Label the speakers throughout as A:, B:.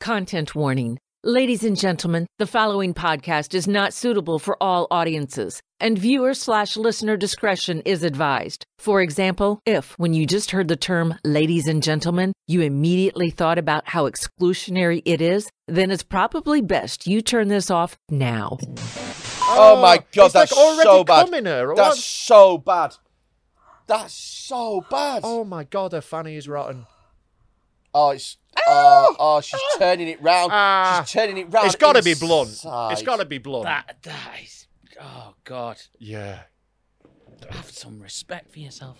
A: Content warning. Ladies and gentlemen, the following podcast is not suitable for all audiences, and viewer slash listener discretion is advised. For example, if when you just heard the term ladies and gentlemen, you immediately thought about how exclusionary it is, then it's probably best you turn this off now.
B: Oh, my god,
C: it's
B: that's
C: like already
B: so bad.
C: commoner, or
B: that's
C: what?
B: so bad. That's so bad. Oh,
C: Oh my god, her fanny is rotten. Ah!
B: it's oh, oh, she's turning it round. she's turning it round.
C: it's got to be blunt. It's
B: inside.
C: got to be blunt.
D: That that is. Oh God,
C: Yeah.
D: have some respect for yourself.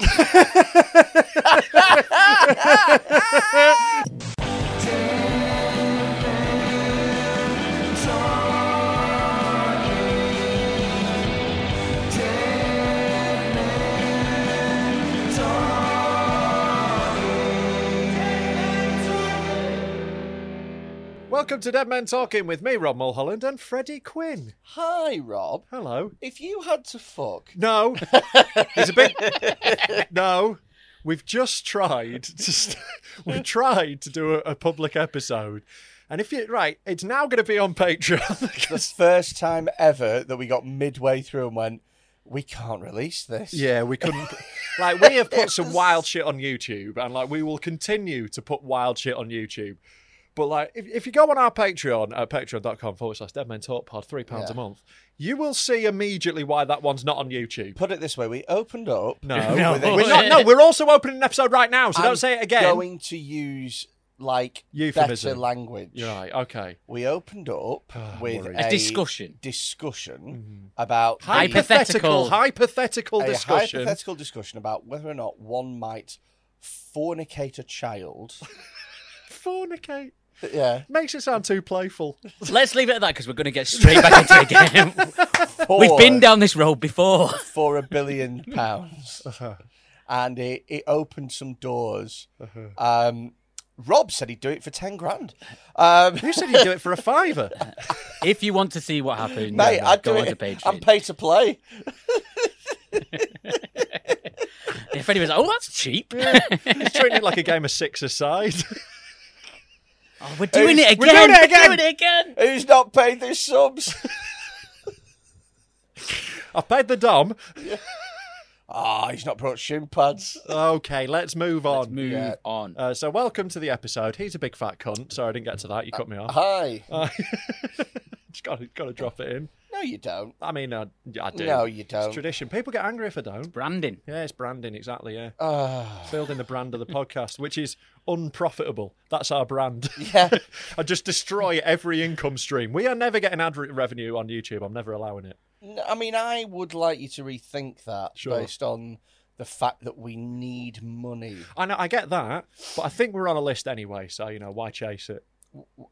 C: Welcome to Dead Men Talking with me, Rob Mulholland, and Freddie Quinn.
B: Hi, Rob.
C: Hello.
B: If you had to fuck,
C: No, it's a bit. No, we've just tried to. St- we tried to do a, a public episode, and if you right, it's now going to be on Patreon.
B: the first time ever that we got midway through and went, we can't release this.
C: Yeah, we couldn't. like, we have put some wild shit on YouTube, and like, we will continue to put wild shit on YouTube. But like, if, if you go on our Patreon at patreon.com forward slash Dead Men Talk Pod, three pounds a
B: Yeah.
C: month, you will see immediately why that one's not on YouTube.
B: Put it this way: we opened up.
C: No,
D: No.
C: we're, we're not. No, we're also opening an episode right now, so
B: I'm
C: don't say it again.
B: Going to use like
C: Euphemism.
B: better language.
C: You're right. Okay.
B: We opened up
C: Ah, I'm
B: with
C: worried. Mm-hmm.
D: A discussion.
B: discussion about the-
D: Hypothetical.
C: hypothetical
B: a
C: discussion.
B: hypothetical discussion about whether or not one might fornicate a child.
C: Fornicate
B: yeah,
C: makes it sound too playful.
D: Let's leave it at that because we're going to get straight back into it again. We've been down this road before.
B: for a billion pounds,
D: Uh-huh.
B: and it, it opened some doors.
D: Uh-huh.
B: Um, Rob said he'd do it for ten grand. Um,
C: You said you'd do it for a fiver.
D: If you want to see what happened,
B: mate,
D: then uh,
B: I'd
D: go
B: do
D: on to
B: it.
D: Patreon.
B: I'm pay to play.
D: if anyone's like, oh, that's cheap.
C: He's treating it like a game of six aside.
D: Oh, we're doing it again.
C: We're doing it again.
D: We're doing it again.
B: Who's not paid their subs?
C: I've paid the dom.
B: Ah, he's not brought shin pads.
C: Okay, let's move on.
D: Let's move
B: Yeah.
D: on.
C: Uh, so, welcome to the episode. He's a big fat cunt. Sorry, I didn't get to that. You cut me
B: Uh-huh.
C: off.
B: Hi.
D: Uh,
C: Just got to, got to drop it in.
B: No, you don't.
C: I mean, I, I do.
B: No, you
C: It's
B: don't.
C: tradition. People get angry if I don't.
D: Branding.
C: Yeah, it's branding, exactly. Yeah.
B: Ah,
C: Building the brand of the podcast, which is unprofitable. That's our brand.
B: yeah.
C: I just destroy every income stream. We are never getting ad re- revenue on YouTube. I'm never allowing it.
B: N- I mean, I would like you to rethink that
C: Sure.
B: based on the fact that we need money.
C: I know, I get that, but I think we're on a list anyway. So you know, why chase it?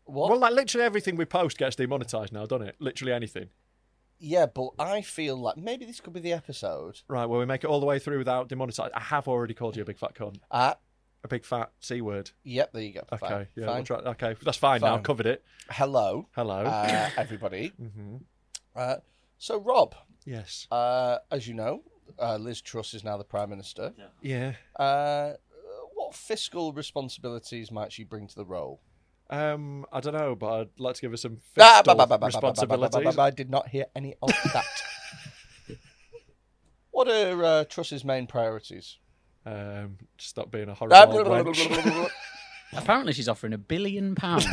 B: What?
C: Well, like literally everything we post gets demonetized now, doesn't it? Literally anything.
B: yeah, but I feel like maybe this could be the episode.
C: Right, well, we make it all the way through without demonetized. I have already called you a big fat cunt.
B: Ah,
C: a big fat c word.
B: Yep, there you go.
C: Okay,
B: Fine.
C: yeah,
B: Fine.
C: we'll try, okay, that's fine, now.
B: Fine.
C: I've covered it.
B: Hello,
C: Hello. Mm-hmm.
B: uh, everybody. uh, so, Rob,
C: yes.
B: uh, as you know, uh, Liz Truss is now the Prime Minister.
C: Yeah.
B: Uh, what fiscal responsibilities might she bring to the role?
C: Um, I don't know, but I'd like to give her some
B: Ah,
C: fiscal
B: ba- ba- ba- ba- ba- ba- ba- ba- ba-
C: responsibilities.
B: ba- I did not hear any of that. what are uh, Truss's main priorities?
C: Um, stop being a horrible
B: Ah,
C: old wench.
A: Apparently, she's offering a billion pounds.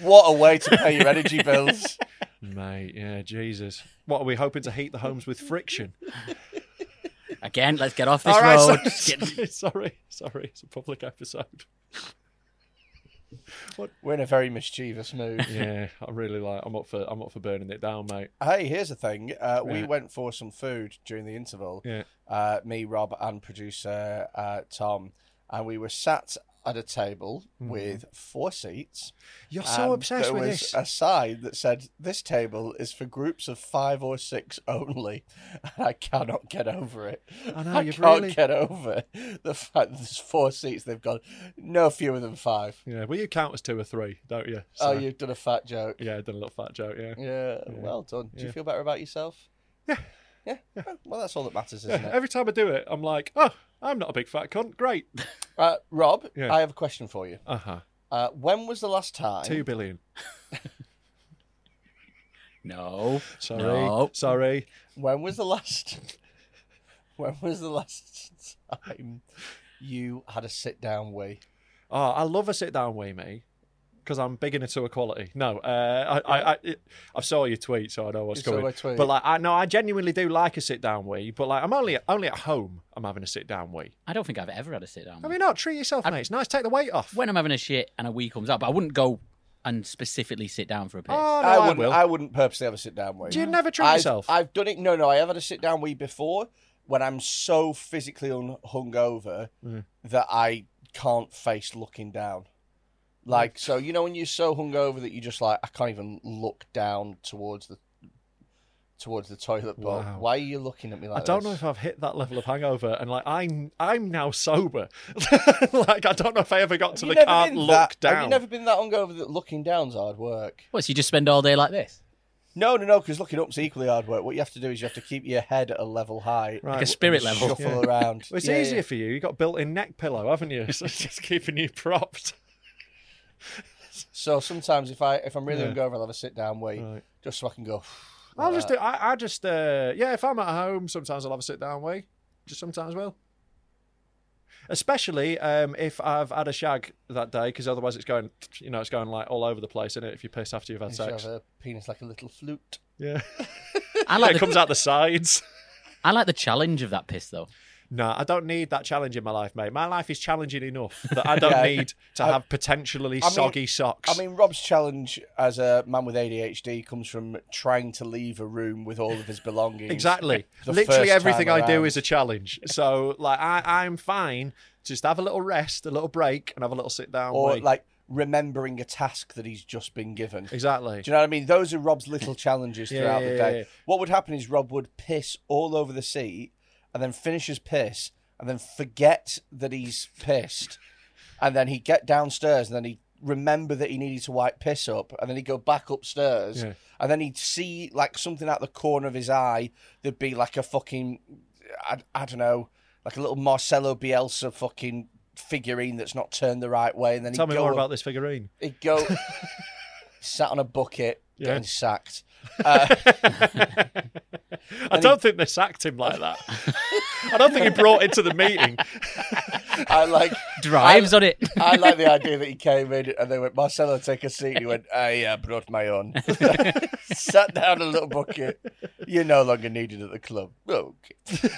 B: what a way to pay your energy bills.
C: Mate, yeah, Jesus. What are we hoping to heat the homes with friction?
A: Again, let's get off this
C: All right,
A: road.
C: sorry, sorry, sorry, sorry, it's a public episode.
B: We're in a very mischievous mood.
C: Yeah, I'm really like, I'm up for, I'm up for burning it down, mate.
B: Hey, here's the thing. Uh, we
C: Yeah.
B: went for some food during the interval.
C: Yeah.
B: Uh, me, Rob, and producer uh, Tom, and we were sat at a table
C: Mm-hmm.
B: with four seats.
C: You're so
B: and
C: obsessed
B: there
C: with
B: was
C: this.
B: A sign that said, "This table is for groups of five or six only." And I cannot get over it.
C: I know, you've
B: can't
C: really-
B: get over the fact that there's four seats. They've got no fewer than five.
C: Yeah, well, you count as two or three, don't you? So,
B: Oh, you've done a fat joke.
C: Yeah, I done a little fat joke. Yeah.
B: Yeah, well done. Do you
C: Yeah.
B: feel better about yourself? Yeah. Yeah. Well, that's all that matters, isn't it?
C: Every time I do it, I'm like, oh, I'm not a big fat cunt. Great.
B: Uh, Rob,
C: Yeah.
B: I have a question for you.
C: Uh huh.
B: Uh, when was the last time?
C: Two billion.
A: No.
C: Sorry.
A: No.
C: Sorry.
B: When was the last? when was the last time you had a sit down wee?
C: Oh, I love a sit down with me because I'm big into equality. No, uh, I, I, I, it, I saw your tweet, so I know what's
B: You saw
C: coming.
B: my tweet.
C: But like, I no, I genuinely do like a sit down wee. But like, I'm only only at home. I'm having a sit down wee.
A: I don't think I've ever had a sit down.
C: I mean, not treat yourself, mate. It's nice. Take the weight off.
A: when I'm having a shit and a wee comes up, I wouldn't go and specifically sit down for a piss.
C: oh, no,
B: I
C: I,
B: wouldn't.
C: will.
B: I wouldn't purposely have a sit down wee.
C: Do you never treat
B: I've,
C: yourself?
B: I've done it. No, no. I have had a sit down wee before when I'm so physically un- hungover
C: Mm.
B: that I can't face looking down. Like so, you know, when you're so hungover that you just like I can't even look down towards the towards the toilet bowl.
C: Wow.
B: Why are you looking at me like
C: I don't
B: this?
C: know if I've hit that level of hangover, and like I'm, I'm now sober. like I don't know if I ever got to
B: Have you
C: the
B: never
C: can't
B: been
C: look
B: that-
C: down.
B: Have you never been that hungover that looking down's hard work?
A: What, so you just spend all day like this?
B: No, no, no, because looking up's equally hard work. What you have to do is you have to keep your head at a level height,
C: Right.
A: Like a spirit level.
B: shuffle around.
C: Well, it's
B: Yeah,
C: easier
B: yeah.
C: for you. You've got a built-in neck pillow, haven't you? So it's just keeping you propped.
B: So sometimes if I if I'm really
C: Yeah.
B: hungover, I'll have a sit down wait,
C: Right.
B: just so I can go.
C: I'll just do. I, I just. Uh, yeah, if I'm at home, sometimes I'll have a sit down way. Just sometimes will. Especially um, if I've had a shag that day, because otherwise it's going. You know, it's going like all over the place, is it? If you piss after you've had
B: You should
C: sex,
B: have a penis like a little flute.
C: yeah,
A: I
C: Yeah,
A: like,
C: it
A: the,
C: comes out the sides.
A: I like the challenge of that piss, though.
C: No, I don't need that challenge in my life, mate. My life is challenging enough that I don't
B: Yeah.
C: need to have potentially
B: I mean-
C: soggy socks.
B: I mean, Rob's challenge as a man with ADHD comes from trying to leave a room with all of his belongings.
C: Exactly.
B: the first
C: Literally
B: time
C: everything I do
B: around.
C: is a challenge. So like I, I'm fine. Just have a little rest, a little break, and have a little sit down.
B: Or
C: wee.
B: like remembering a task that he's just been given.
C: exactly.
B: Do you know what I mean? Those are Rob's little challenges
C: Yeah,
B: throughout
C: yeah,
B: the
C: yeah,
B: day.
C: yeah.
B: What would happen is Rob would piss all over the seat and then finish his piss and then forget that he's pissed. And then he'd get downstairs and then he'd remember that he needed to wipe piss up. And then he'd go back upstairs
C: Yeah.
B: and then he'd see like something out the corner of his eye that'd be like a fucking, I, I don't know, like a little Marcelo Bielsa fucking figurine that's not turned the right way. And then
C: Tell
B: he'd
C: me
B: go
C: more
B: up-
C: about this figurine.
B: He'd go sat on a bucket
C: Yeah.
B: getting sacked. Uh,
C: I don't think they sacked him like that. I don't think he brought it to the meeting.
B: I like
A: Drives
B: I,
A: on it.
B: I like the idea that he came in and they went, Marcelo, take a seat. He went, I uh, brought my own. sat down in a little bucket. You're no longer needed at the club. Okay.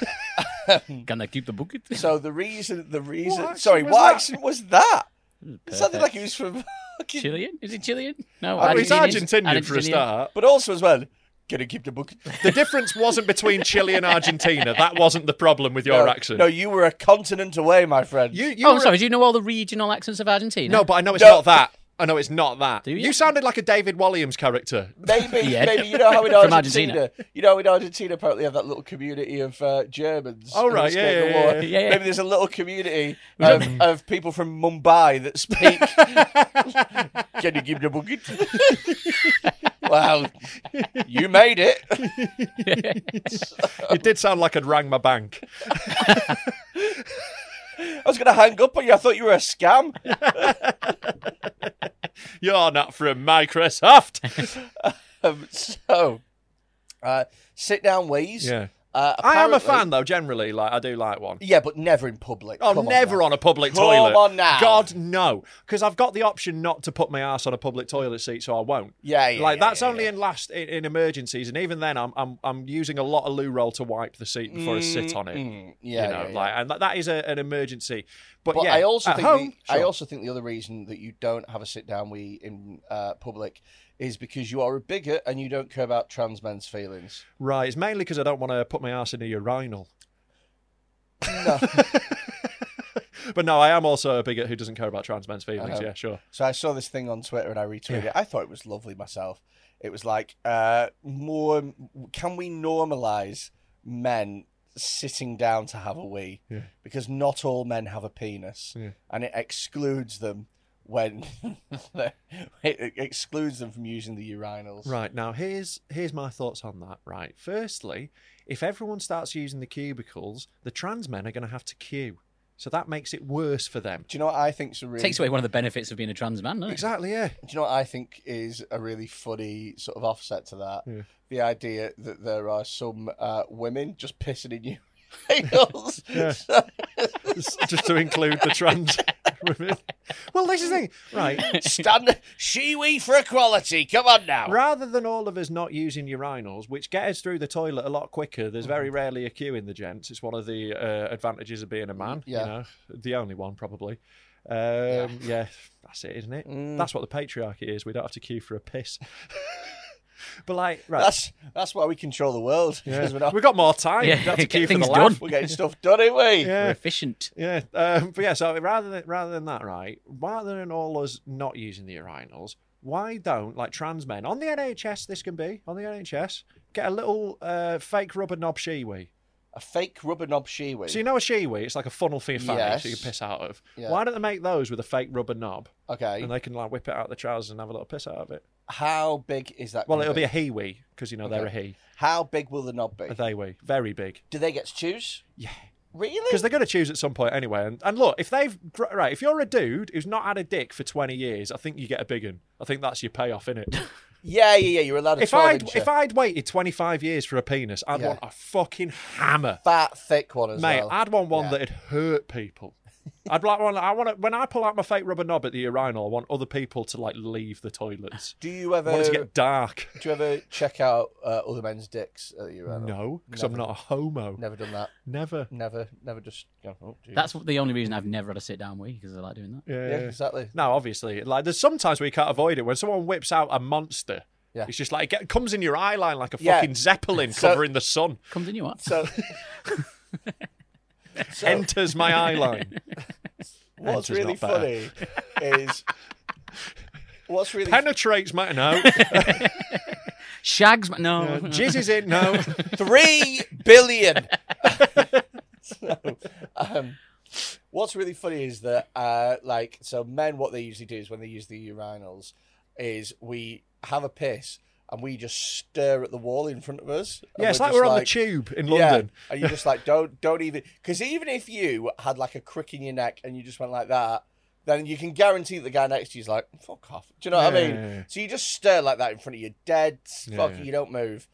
A: Can I keep the bucket?
B: So the reason, the reason,
C: accent
B: sorry,
C: was
B: what
C: that?
B: accent was that? It sounded
A: perfect.
B: like he was from fucking-
A: Chilean? Is it Chilean? No,
C: Well, he's
A: Argentinian.
C: Argentinian for a start.
B: But also as well, gonna keep the bucket.
C: The difference wasn't between Chile and Argentina. That wasn't the problem with your
B: no,
C: accent.
B: No, you were a continent away, my friend.
C: you, you
A: Oh,
C: were-
A: sorry. Do you know all the regional accents of Argentina?
C: No, but I know it's
B: No.
C: not that. I know it's not that.
A: Do you?
C: sounded like a David Walliams character.
B: Maybe,
A: Yeah.
B: maybe you know how in
A: From
B: Argentina, you know in Argentina apparently they have that little community of uh, Germans.
C: Oh,
B: who
C: right,
B: escaped
C: yeah,
B: the
C: yeah,
B: war.
C: yeah,
A: yeah, yeah.
B: Maybe there's a little community of, of people from Mumbai that speak. Can you give me a bucket? wow, you made it.
C: It did sound like I'd rang my bank.
B: I was going to hang up on you. I thought you were a scam.
C: You're not from Microsoft.
B: Um, so, uh, sit down, wheeze.
C: Yeah.
B: Uh,
C: I am a
B: apparently-
C: fan though. Generally, like I do like one.
B: Yeah, but never in public.
C: Oh,
B: Come
C: never
B: now.
C: on, a public
B: Come
C: toilet.
B: on now.
C: God no, because I've got the option not to put my ass on a public toilet seat, so I won't.
B: Yeah, yeah,
C: Like
B: yeah,
C: that's
B: yeah,
C: only
B: yeah.
C: in last in, in emergencies, and even then, I'm I'm I'm using a lot of loo roll to wipe the seat before I sit on it.
B: mm, yeah,
C: you know,
B: yeah, yeah.
C: like and that, that is a, an emergency. But,
B: But
C: yeah,
B: I also
C: at
B: think
C: home,
B: the, I
C: sure.
B: also think the other reason that you don't have a sit down we in uh, public is because you are a bigot and you don't care about trans men's feelings.
C: right. It's mainly because I don't want to put my ass in a urinal. but no, I am also a bigot who doesn't care about trans men's feelings.
B: know.
C: Yeah, sure.
B: So I saw this thing on Twitter and I retweeted it. I thought it was lovely myself. It was like uh, more. Can we normalize men sitting down to have a wee? Because not all men have a penis, and it excludes them when it excludes them from using the urinals.
C: Right now, here's here's my thoughts on that. Right, firstly, if everyone starts using the cubicles, the trans men are going to have to queue, so that makes it worse for them.
B: Do you know what I think's a really
A: Takes away one of the benefits of being a trans man, doesn't it?
C: Exactly, yeah.
B: Do you know what I think is a really funny sort of offset to that? The idea that there are some uh, women just pissing in you.
C: It's Just to include the trans women. Well, this is the thing, right?
B: Stand shiwi for equality. Come on now.
C: Rather than all of us not using urinals, which get us through the toilet a lot quicker, there's very
A: Mm-hmm.
C: rarely a queue in the gents. It's one of the uh, advantages of being a man.
B: Yeah.
C: You know, the only one probably. Um, yeah. that's it, isn't it?
A: Mm.
C: That's what the patriarchy is. We don't have to queue for a piss. but like, right,
B: That's that's why we control the world.
C: yeah.
B: Because we're, not,
C: we've got more time.
A: Yeah,
C: We don't have to
A: get
C: queue for the
A: things
C: laugh.
A: done.
B: we're getting stuff done, ain't we?
A: We're
C: Yeah.
A: efficient.
C: Yeah, um, but yeah. So rather than rather than that, right? Rather than all us not using the urinals, why don't like trans men on the NHS? This can be on the NHS. Get a little uh, fake rubber knob shiwi.
B: A fake rubber knob shiwi.
C: So you know a shiwi? It's like a funnel for your fanny, so you
B: Yes.
C: can piss out of.
B: Yeah.
C: Why don't they make those with a fake rubber knob,
B: okay.
C: and they can like whip it out the trousers and have a little piss out of it?
B: How big is that?
C: Well,
B: gonna
C: it'll be a heewee because you know they're a he,
B: How big will the knob be?
C: a they wee, very big.
B: Do they get to choose?
C: Yeah.
B: Really?
C: Because they're going to choose at some point anyway. And, and look, if they've gr- right, if you're a dude who's not had a dick for twenty years, I think you get a big one. I think that's your payoff, innit?
B: Yeah, yeah, yeah. You're allowed to.
C: if I'd if I'd waited twenty five years for a penis, I'd
B: Yeah.
C: want a fucking hammer,
B: fat thick one as
C: mate.
B: well.
C: I'd want one
B: Yeah.
C: that'd hurt people. I'd like one. I want to, when I pull out my fake rubber knob at the urinal. I want other people to like leave the toilets.
B: Do you
C: I
B: ever?
C: want it to get dark.
B: Do you ever check out uh, other men's dicks at the urinal?
C: No, because I'm
B: Never.
C: not a homo.
B: Never done that.
C: Never.
B: Never, never just. Go, oh, Jesus."
A: That's the only reason I've never had a sit down wee because I like doing that.
B: yeah, exactly.
C: No, obviously. Like there's sometimes we can't avoid it. When someone whips out a monster,
B: Yeah.
C: it's just like it get- comes in your eye line like a
B: Yeah.
C: fucking zeppelin
B: So-
C: covering the sun.
A: Comes in you what?
B: So, So
C: Enters my eye line.
B: what's
C: Enter's
B: really
C: not better.
B: funny is what's really
C: Penetrates my no. Uh,
A: Shags. ma- No.
C: Jizzes in no.
B: three billion. so, um, what's really funny is that, uh, like, so men, what they usually do is when they use the urinals, is we have a piss and we just stare at the wall in front of us. and
C: Yeah, it's like
B: just
C: we're on the tube in London.
B: Yeah, and you're just like, don't, don't even, because even if you had like a crick in your neck and you just went like that. Then you can guarantee the guy next to you's like, fuck off. Do you know what I
C: Yeah,
B: mean?
C: yeah, yeah.
B: So you just stare like that in front of your dead, fuck,
C: yeah.
B: you don't move.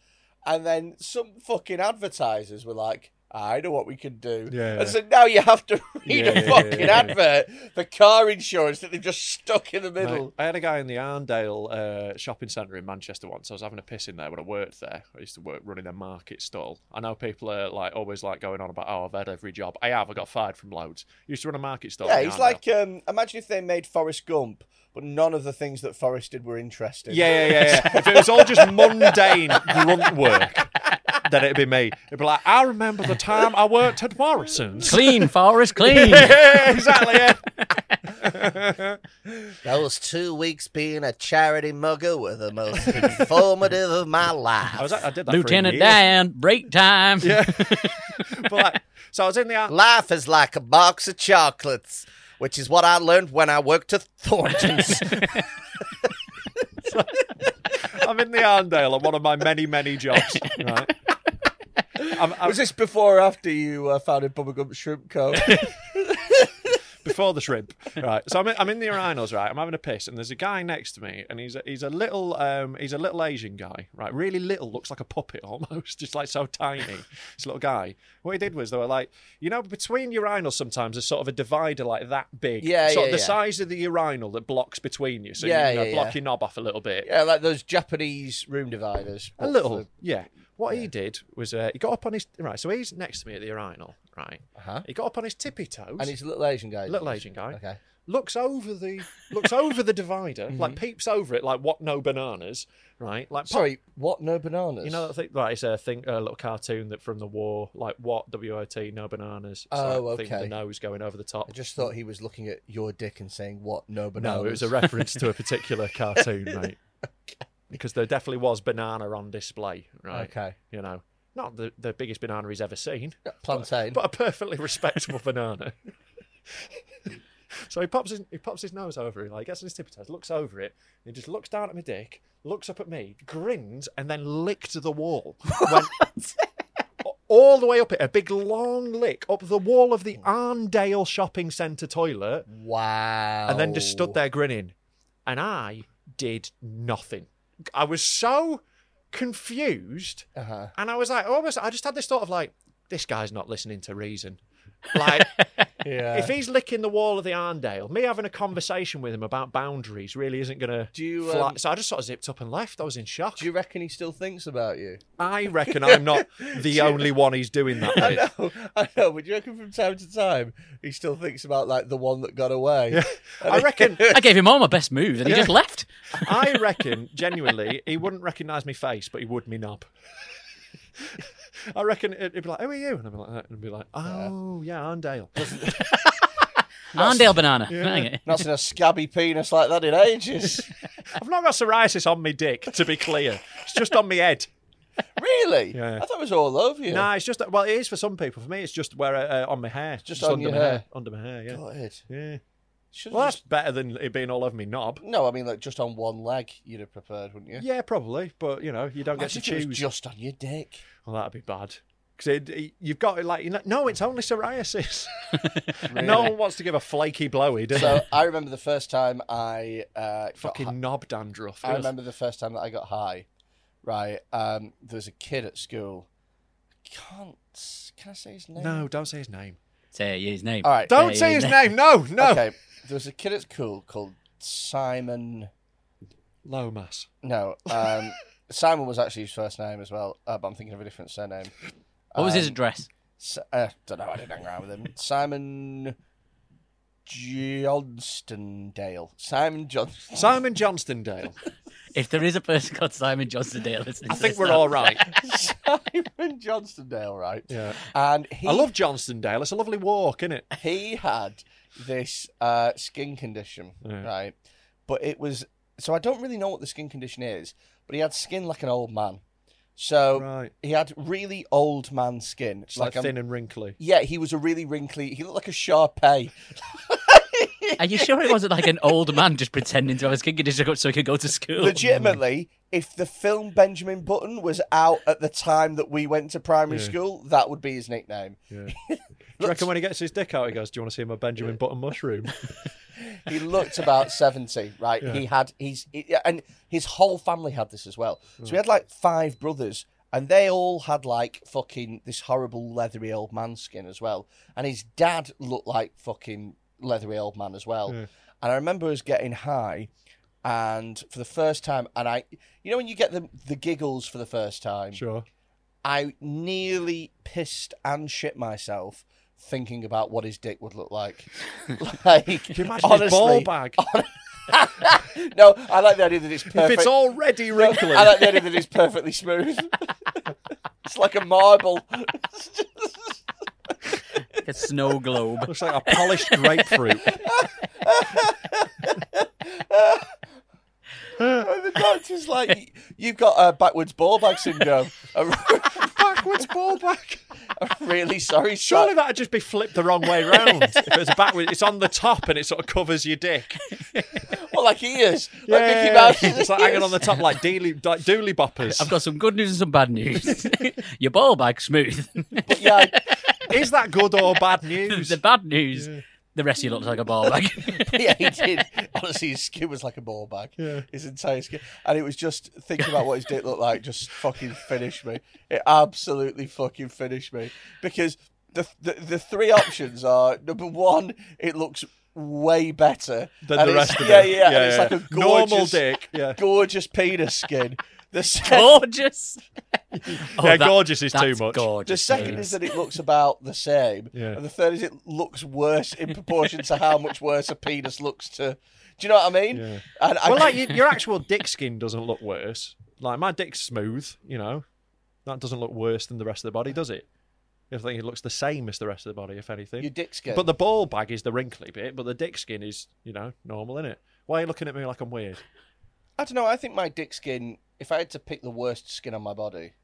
B: And then some fucking advertisers were like, I know what we can do.
C: Yeah.
B: And so now you have to read
C: Yeah,
B: a
C: yeah,
B: fucking
C: yeah,
B: advert for car insurance that they've just stuck in the middle.
C: Mate, I had a guy in the Arndale uh, shopping centre in Manchester once. I was having a piss in there when I worked there. I used to work running a market stall. I know people are like always like going on about, oh, I've had every job. I have. I got fired from loads. used to run a market
E: Oh,
C: stall.
B: yeah,
C: in
B: it's
C: Arndale.
B: like, um, imagine if they made Forrest Gump, but none of the things that Forrest did were interesting.
C: Yeah, yeah, yeah. yeah. if it was all just mundane grunt work, then it'd be me. It'd be like, I remember the time I worked at Morrison's.
A: Clean, Forrest, clean.
C: yeah, exactly. Yeah.
E: Those two weeks being a charity mugger were the most informative of my life.
C: I was I did that
A: Lieutenant
C: for a year.
A: Dan, break time.
C: But like, so I was in the ar-
E: Life is like a box of chocolates, which is what I learned when I worked at Thornton's.
C: I'm in the Arndale on one of my many many jobs. Right. I'm, I
B: Was this before or after you uh, founded Bubblegum Shrimp Co?
C: before the shrimp. Right. So I'm in, I'm in the urinals, right? I'm having a piss, and there's a guy next to me, and he's a, he's a little um he's a little Asian guy, right? Really little, looks like a puppet almost, just like so tiny. This little guy. What he did was they were like, you know, between urinals sometimes there's sort of a divider like that big,
B: Yeah,
C: sort of
B: yeah,
C: the
B: yeah.
C: size of the urinal that blocks between you, so
B: Yeah,
C: you, you know,
B: yeah,
C: block
B: yeah.
C: your knob off a little bit.
B: yeah, like those Japanese room dividers.
C: A
B: but
C: little,
B: for-
C: yeah. What he did was uh, he got up on his right. So he's next to me at the urinal, right? Uh-huh. He got up on his tippy toes
B: And he's a little Asian guy.
C: little Asian guy.
B: Okay.
C: Looks over the looks over the divider,
B: Mm-hmm.
C: like peeps over it, like what? No bananas, right? Like pop-
B: Sorry, what? No bananas?
C: you know that thing. Like it's a thing, a little cartoon that from the war, like what? W O T, no bananas. It's
B: Oh,
C: like thing with
B: okay.
C: The nose going over the top.
B: I just thought he was looking at your dick and saying, "What? No bananas."
C: no, it was a reference to a particular cartoon, mate. Because there definitely was banana on display, right?
B: Okay.
C: You know, not the, the biggest banana he's ever seen.
B: plantain.
C: but a perfectly respectable banana. so he pops his he pops his nose over it, like gets on his tippy toes, looks over it, and he just looks down at my dick, looks up at me, grins, and then licked the wall. Went all the way up it, a big long lick up the wall of the Arndale shopping centre toilet,
B: wow.
C: and then just
B: Oh.
C: stood there grinning. And I did nothing. I was so confused.
B: Uh-huh.
C: And I was like, almost, I just had this thought of like, this guy's not listening to reason. Like,
B: Yeah.
C: if he's licking the wall of the Arndale, me having a conversation with him about boundaries really isn't going to.
B: Do you,
C: Fly.
B: um,
C: So I just sort of zipped up and left. I was in shock.
B: Do you reckon he still thinks about you?
C: I reckon I'm not the only one he's doing that
B: I
C: with.
B: know, I know. But do you reckon from time to time he still thinks about like the one that got away?
C: I reckon.
A: I gave him all my best moves and he
C: Yeah.
A: just left.
C: I reckon genuinely he wouldn't recognise me face, but he would me knob. I reckon it- it'd be like, "Who are you?" And I'd be like, "Uh," "And I'd be like, oh yeah, Arndale."
A: Arndale banana. Okay.
B: Not seen a scabby penis like that in ages.
C: I've not got psoriasis on my dick, to be clear. It's just on my head.
B: really?
C: Yeah.
B: I thought it was all over you.
C: No, it's just well, it is for some people. For me, it's just where uh, on my hair,
B: Just on
C: under
B: your
C: my
B: hair.
C: under my hair. Yeah,
B: God.
C: yeah.
B: Should've
C: Well, that's
B: just...
C: better than it being all over me knob.
B: No, I mean like just on one leg, you'd have preferred, wouldn't you?
C: Yeah, probably, but you know, you don't get
B: Imagine
C: to
B: if it
C: choose.
B: was just on your dick.
C: Well, that'd be bad. Because you've got like you know, no, it's only psoriasis. No one wants to give a flaky blowy, do
B: So
C: they?
B: I remember the first time I uh, got
C: Fucking
B: hi-
C: knob dandruff.
B: I remember the first time that I got high. Right, um, there was a kid at school. Can't can I say his name?
C: No, don't say his name.
A: Say his name.
B: All right.
C: Don't
A: Yeah,
C: say
A: yeah,
C: his
A: yeah.
C: name. No, no.
B: Okay, there was a kid at school called Simon.
C: Low mass.
B: No, um, Simon was actually his first name as well, uh, but I'm thinking of a different surname.
A: What was his
B: Um,
A: address?
B: S- uh, don't know. I didn't hang around with him. Simon Johnstondale. Simon Johnston.
C: Simon Johnstondale.
A: If there is a person called Simon Johnson Dale listening
C: I
A: to
C: think
A: this
C: we're
A: now-
C: all right.
B: Simon Johnstondale, right?
C: Yeah.
B: And he
C: I love Johnstondale. It's a lovely walk, isn't it?
B: he had this uh, skin condition,
C: Yeah.
B: right? But it was so I don't really know what the skin condition is, but he had skin like an old man. So
C: Right.
B: he had really old man skin,
C: It's like,
B: I'm-
C: thin and wrinkly.
B: Yeah, he was a really wrinkly. He looked like a Sharpay.
A: Are you sure it wasn't like an old man just pretending to have a skin condition so he could go to
C: Oh,
A: school?
B: Legitimately, if the film Benjamin Button was out at the time that we went to primary school, that would be his nickname.
C: Do you reckon when he gets his dick out, he goes, "Do you want to see my Benjamin Button mushroom?"
B: He looked about seventy, right? He had he's he, and his whole family had this as well. So he had like five brothers, and they all had like fucking this horrible leathery old man skin as well. And his dad looked like fucking leathery old man as well. And I remember us getting high, and for the first time, and I, you know, when you get the the giggles for the first time,
C: sure.
B: I nearly pissed and shit myself thinking about what his dick would look like. like,
C: Can you imagine his ball bag?
B: no, I like the idea that it's perfect.
C: If it's already wrinkly,
B: I like the idea that it's perfectly smooth. it's like a marble.
A: a snow globe.
C: looks like a polished grapefruit.
B: And the doctor's like, "Y- "You've got uh, backwards ball bag syndrome." I'm
C: backwards ball back.
B: really sorry.
C: Surely
B: Stra-
C: that'd just be flipped the wrong way round. if it's backwards, it's on the top and it sort of covers your dick.
B: well, like ears, like Mickey
C: Yeah,
B: Mouse.
C: it's like hanging on the top like dealy, like dooley boppers.
A: I've got some good news and some bad news. Your ball bag's smooth.
B: But yeah, I-
C: Is that good or bad news?
A: the bad news, the rest of you looks like a ball bag.
B: yeah, he did. Honestly, his skin was like a ball bag. Yeah. His entire skin, and it was just thinking about what his dick looked like. Just fucking finished me. It absolutely fucking finished me because the the, the three options are number one, it looks way better
C: Than
B: And
C: the
B: it's-
C: rest of
B: yeah,
C: it.
B: Yeah, and
C: Yeah,
B: it's
C: yeah.
B: like a
C: Normal
B: gorgeous,
C: dick, yeah.
B: gorgeous penis skin. The second,
A: gorgeous. Oh,
C: Yeah, gorgeous is too
A: that's
C: much.
A: Gorgeous.
B: The second
A: yeah.
B: is that it looks about the same,
C: Yeah.
B: and the third is it looks worse in proportion to how much worse a penis looks to. Do you know what I mean?
C: Yeah.
B: And I,
C: well, like y your actual dick skin doesn't look worse. Like my dick's smooth, you know. That doesn't look worse than the rest of the body, does it? I think it looks the same as the rest of the body, if anything.
B: your dick skin.
C: But the ball bag is the wrinkly bit, but the dick skin is, you know, normal, is it? Why are you looking at me like I'm weird?
B: I don't know. I think my dick skin. If I had to pick the worst skin on my body,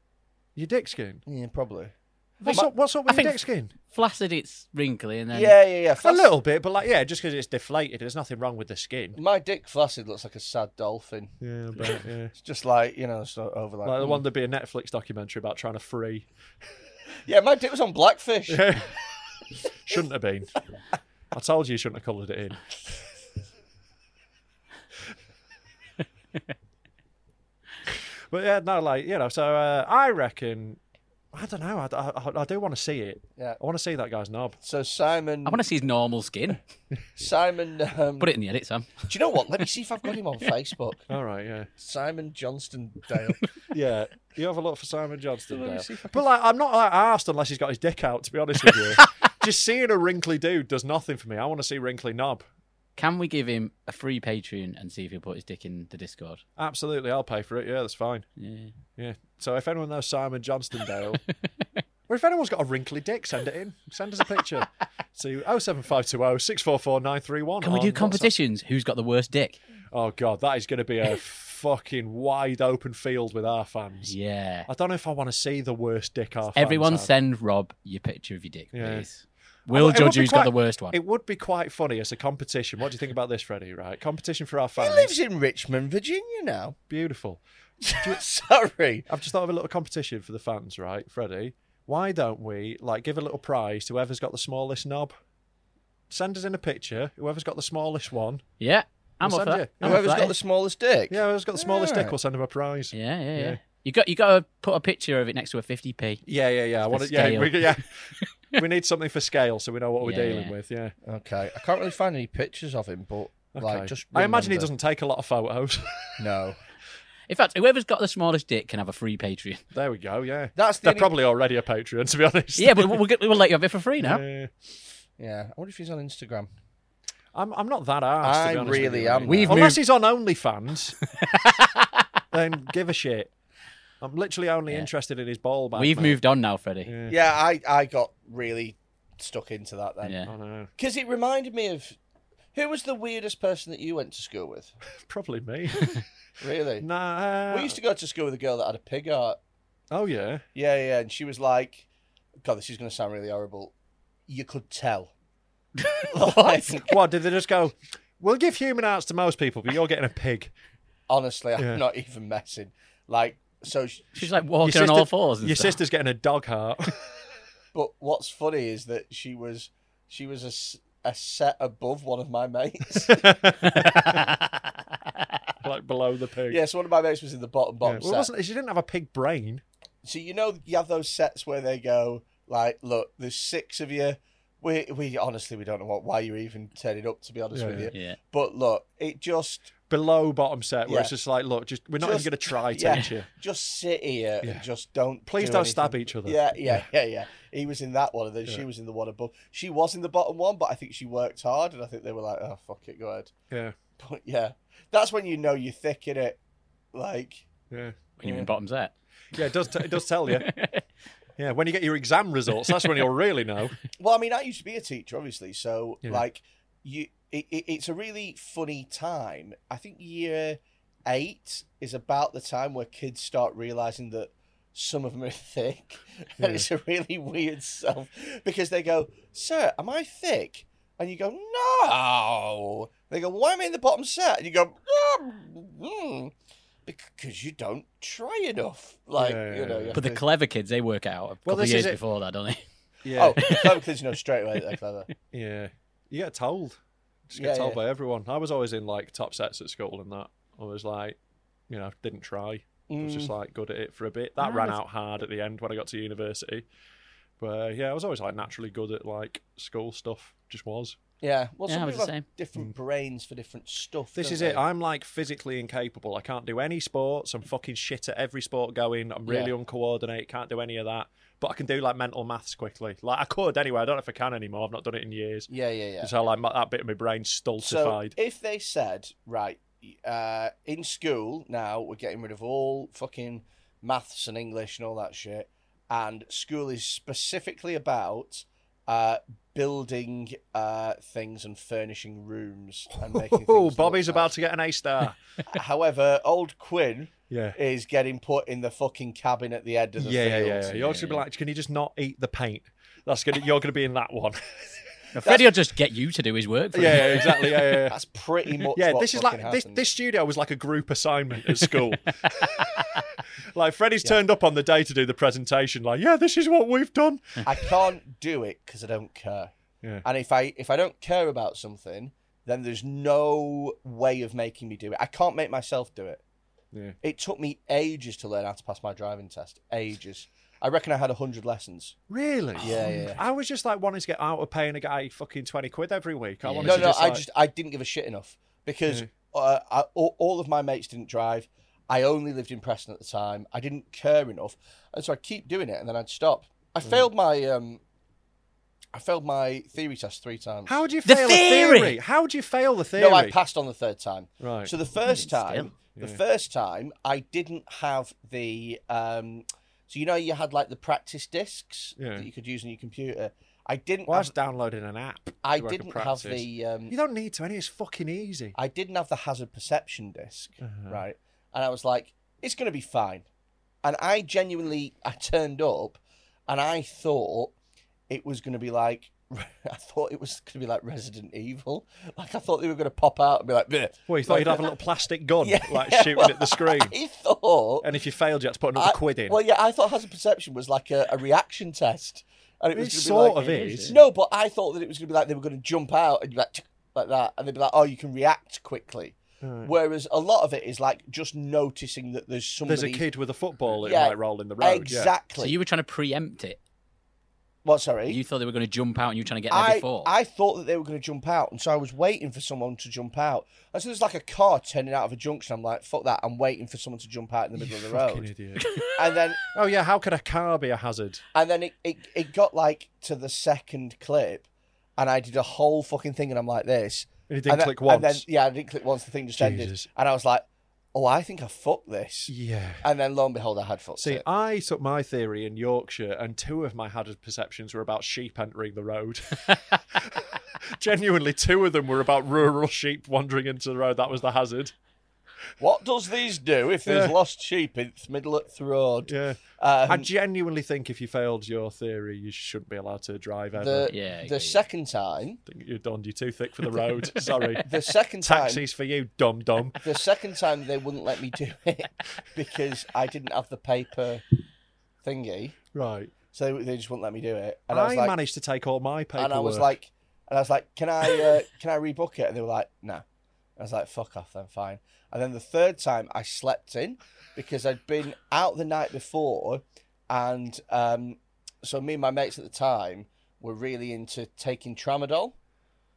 C: Your dick skin.
B: yeah, probably.
C: What's up? What's up
A: I
C: with your
A: think-
C: dick skin?
A: flaccid. It's wrinkly, and then
B: yeah, yeah, yeah.
C: A little bit, but like, yeah, just because it's deflated, there's nothing wrong with the skin.
B: My dick flaccid looks like a sad dolphin.
C: Yeah, but yeah.
B: It's just like you know, sort of over like,
C: Like the
B: mm.
C: one there'd be a Netflix documentary about trying to free.
B: Yeah, my dick was on Blackfish.
C: Shouldn't have been. I told you you shouldn't have coloured it in. but yeah, no, like you know, so uh, I reckon. I don't know. I, I, I do want to see it.
B: Yeah.
C: I want to see that guy's knob.
B: So Simon,
A: I want to see his normal skin.
B: Simon, um,
A: Put it in the edit, Sam.
B: do you know what? Let me see if I've got him on Facebook.
C: All right, yeah,
B: Simon Johnston Dale.
C: yeah. You have a look for Simon Johnston. Dale. But like, I'm not like asked unless he's got his dick out. To be honest with you, just seeing a wrinkly dude does nothing for me. I want to see wrinkly knob.
A: Can we give him a free Patreon and see if he'll put his dick in the Discord?
C: Absolutely, I'll pay for it. Yeah, that's fine.
A: Yeah.
C: Yeah. So if anyone knows Simon Johnstondale, or if anyone's got a wrinkly dick, send it in. Send us a picture oh, to 07520 644931.
A: Can we
C: on
A: do
C: WhatsApp.
A: competitions? Who's got the worst dick?
C: Oh, God, that is going to be a fucking wide open field with our fans.
A: Yeah.
C: I don't know if I want to see the worst dick our fans
A: Everyone
C: have.
A: send Rob your picture of your dick,
C: Yeah.
A: please. We'll
C: It would
A: judge
C: be
A: who's
C: quite-
A: got the worst one.
C: It would be quite funny as a competition. What do you think about this, Freddie? Right? Competition for our
B: he
C: fans.
B: lives in Richmond, Virginia now.
C: Beautiful.
B: Sorry.
C: I've just thought of a little competition for the fans, right, Freddie? Why don't we like give a little prize to whoever's got the smallest knob? Send us in a picture. Whoever's got the smallest one.
A: yeah. I'm
C: We'll
A: up for
C: send
A: that.
C: you.
A: I'm up for
B: Whoever's
A: that,
B: got the smallest dick.
C: Yeah, whoever's got the smallest
B: Alright.
C: dick, we'll send him a prize.
A: yeah. Yeah, yeah,
C: Yeah.
A: yeah. You got you got to put a picture of it next to a 50p.
C: yeah, yeah. yeah. I want to, yeah,
A: scale.
C: we, yeah. we need something for scale, so we know what we're
A: Yeah,
C: dealing
A: yeah.
C: with. Yeah.
B: Okay. I can't really find any pictures of him, but
C: Okay.
B: like just.
C: I imagine he
B: remember-
C: doesn't take a lot of photos.
B: No.
A: In fact, whoever's got the smallest dick can have a free Patreon.
C: there we go. Yeah,
B: That's the
C: they're
B: only-
C: probably already a Patreon, to be honest.
A: Yeah, but we'll, get, we'll let you have it for free now.
C: Yeah.
B: Yeah. I wonder if he's on Instagram.
C: I'm, I'm not that arsed.
B: I
C: to be honest
B: really
C: with you,
B: am
C: mate.
B: now. We've
C: Unless
A: moved-
C: he's on OnlyFans, then give a shit. I'm literally only
A: Yeah.
C: interested in his ball back.
A: We've
C: mate.
A: moved on now, Freddie.
C: Yeah.
B: Yeah, I I got really stuck into that
A: Yeah.
B: then.
C: I know.
B: Because it reminded me of who was the weirdest person that you went to school with.
C: Probably me.
B: Really.
C: nah.
B: We used to go to school with a girl that had a pig heart.
C: Oh yeah.
B: Yeah, yeah, and she was like, "God, this is going to sound really horrible." You could tell. Like,
C: What did they just go? We'll give human arts to most people, but you're getting a pig.
B: honestly, I'm
C: Yeah.
B: not even messing. Like, so she,
A: She's like
C: Your
A: walking on
C: sister-
A: all fours. And
C: Your
A: stuff.
C: sister's getting a dog heart.
B: But what's funny is that she was she was a s- a, set above one of my mates.
C: like below the pig.
B: yeah, so one of my mates was in the bottom
C: Yeah.
B: bottom
C: Well,
B: set.
C: wasn't it- she didn't have a pig brain.
B: So you know you have those sets where they go like, look, there's six of you. We we honestly we don't know what why you're even turning up to be honest
C: Yeah.
B: with you.
A: Yeah.
B: But look, it just
C: Below bottom set, where
B: Yeah.
C: it's just like, look, just we're not
B: Just-
C: even going to try to
B: yeah,
C: hit you.
B: Just sit here
C: Yeah.
B: and just don't.
C: Please
B: do
C: don't stab
B: anything.
C: each other.
B: Yeah, yeah, yeah, yeah. He was in that one, and then she
C: Yeah.
B: was in the one above. She was in the bottom one, but I think she worked hard, and I think they were like, "Oh fuck it, go ahead."
C: Yeah,
B: But yeah, that's when you know you're thick in it. Like,
C: yeah,
A: When you're in bottoms eh? set.
C: yeah. It does. T- it does tell you. Yeah, when you get your exam results, that's when you'll really know.
B: well, I mean, I used to be a teacher, obviously, so
C: Yeah.
B: like you. it, it, it's a really funny time. I think year eight is about the time where kids start realizing that some of them are thick, and it's a really weird self because they go, "Sir, am I thick?" And you go, "No." They go, "Why am I in the bottom set?" And you go, "Um, mm, "Because you don't try enough." Like
C: Yeah, yeah,
B: you know,
C: yeah.
B: you
A: But the
B: have to-
A: clever kids, they work it out a couple of
C: this is
A: years
C: it.
A: before that, don't they?
C: Yeah.
B: oh, clever kids know straight away that they're clever.
C: Yeah. You get told. Just get
B: Yeah,
C: told
B: yeah.
C: by everyone. I was always in like top sets at school and that. I was like, you know, didn't try. I was just like good at it for a bit. That ran out hard at the end when I got to university. But uh, yeah, I was always like naturally good at like school stuff. Just was.
B: Yeah, well,
A: Yeah,
B: some
A: I was
B: people
A: the
B: have
A: same.
B: different brains for different stuff.
C: Mm. This
B: don't
C: is it.
B: they?
C: I'm like physically incapable. I can't do any sports. I'm fucking shit at every sport going. I'm really
B: Yeah.
C: uncoordinated. Can't do any of that. But I can do like mental maths quickly. Like I could anyway. I don't know if I can anymore. I've not done it in years.
B: Yeah, yeah, yeah.
C: So like my, that bit of my brain's
B: So
C: stultified.
B: if they said, right, uh, in school now we're getting rid of all fucking maths and English and all that shit, and school is specifically about uh, building uh, things and furnishing rooms and making.
C: Oh,
B: things look
C: Bobby's about
B: nice.
C: to get an A star.
B: However, old Quinn
C: yeah.
B: is getting put in the fucking cabin at the end of the
C: Yeah, yeah,
B: field.
C: yeah, yeah. You're just gonna be like, can you just not eat the paint? That's gonna you're gonna be in that one.
A: Now, Freddie will just get you to do his work for
C: yeah,
A: him.
C: yeah, exactly. Yeah, yeah. yeah.
B: That's pretty much.
C: Yeah,
B: what
C: this is
B: fucking
C: like this,
B: happened.
C: this studio was like a group assignment at school. like Freddie's turned up on the day to do the presentation. Like, yeah, this is what we've done.
B: I can't do it because I don't care.
C: Yeah.
B: And if I if I don't care about something, then there's no way of making me do it. I can't make myself do it.
C: Yeah.
B: It took me ages to learn how to pass my driving test. Ages. I reckon I had hundred lessons.
C: Really?
B: Yeah, yeah, yeah.
C: Oh, um, I was just like wanting to get out of paying a guy fucking twenty quid every week. I
A: Yeah.
C: wanted
B: No,
C: to
B: no,
C: just,
B: I
C: like-
B: just I didn't give a shit enough because uh, I, all, all of my mates didn't drive. I only lived in Preston at the time. I didn't care enough, and so I keep doing it, and then I'd stop. I
C: Mm.
B: failed my um, I failed my theory test three times.
C: How do you
A: The
C: fail
A: theory!
C: a theory? How do you fail the theory?
B: No, I passed on the third time.
C: Right. Hmm,
B: So the first
A: Still.
B: time, the
C: Yeah.
B: first time, I didn't have the. Um, so you know, you had like the practice discs
C: Yeah.
B: that you could use on your computer. I didn't.
C: Well, I was
B: have,
C: downloading an app.
B: I
C: where could
B: didn't have
C: practice.
B: the. Um,
C: You don't need to any. It's fucking easy.
B: I didn't have the hazard perception disk
C: Uh-huh.
B: right? And I was like, it's going to be fine. And I genuinely, I turned up, and I thought it was going to be like. I thought it was going to be like Resident Evil. Like I thought they were going to pop out and be like, "Bleh."
C: Well, you thought you'd have a little plastic gun,
B: Yeah,
C: like
B: yeah,
C: shooting
B: well,
C: at the screen.
B: I thought.
C: And if you failed, you had to put another
B: I-
C: quid in.
B: Well, yeah, I thought hazard perception was like a, a reaction test, and it
C: it
B: was gonna
C: sort
B: be like,
C: of is.
B: No, but I thought that it was going to be like they were going to jump out and like "Tch," like that, and they'd be like, "Oh, you can react quickly." Whereas a lot of it is like just noticing that there's somebody.
C: There's a kid with a football that
B: Yeah,
C: might roll in the road.
B: Exactly.
A: So you were trying to preempt it.
B: What? Sorry.
A: You thought they were going to jump out and you were trying to get there
B: I,
A: before.
B: I thought that they were going to jump out, and so I was waiting for someone to jump out. And so there's like a car turning out of a junction. I'm like, fuck that! I'm waiting for someone to jump out in the
C: Yeah.
B: middle of
C: You
B: the
C: fucking
B: road.
C: idiot.
B: And then
C: oh, yeah. How could a car be a hazard?
B: And then it, it, it got like to the second clip, and I did a whole fucking thing, and I'm like this.
C: And you didn't
B: then,
C: click
B: And then,
C: once?
B: yeah, I didn't click once. The thing just ended,
C: Jesus.
B: and I was like, "Oh, I think I fucked this."
C: Yeah.
B: And then lo and behold, I had fucked
C: See,
B: it.
C: I took my theory in Yorkshire, and two of my hazard perceptions were about sheep entering the road. Genuinely, two of them were about rural sheep wandering into the road. That was the hazard.
B: What does these do if there's
C: Yeah.
B: lost sheep in th- middle at the road?
C: Yeah.
B: Um,
C: I genuinely think if you failed your theory, you shouldn't be allowed to drive ever.
B: the
A: Yeah, I agree.
B: the second time,
C: think you're done. You're too thick for the road. Sorry.
B: the second time,
C: Taxis for you, dum dum.
B: the second time they wouldn't let me do it because I didn't have the paper thingy,
C: Right.
B: so they, they just wouldn't let me do it. And
C: And
B: I,
C: I,
B: was like,
C: managed to take all my paperwork.
B: and I was like, and I was like, can I uh, can I rebook it? And they were like, no. I was like, fuck off, then fine. And then the third time, I slept in because I'd been out the night before, and um, so me and my mates at the time were really into taking tramadol.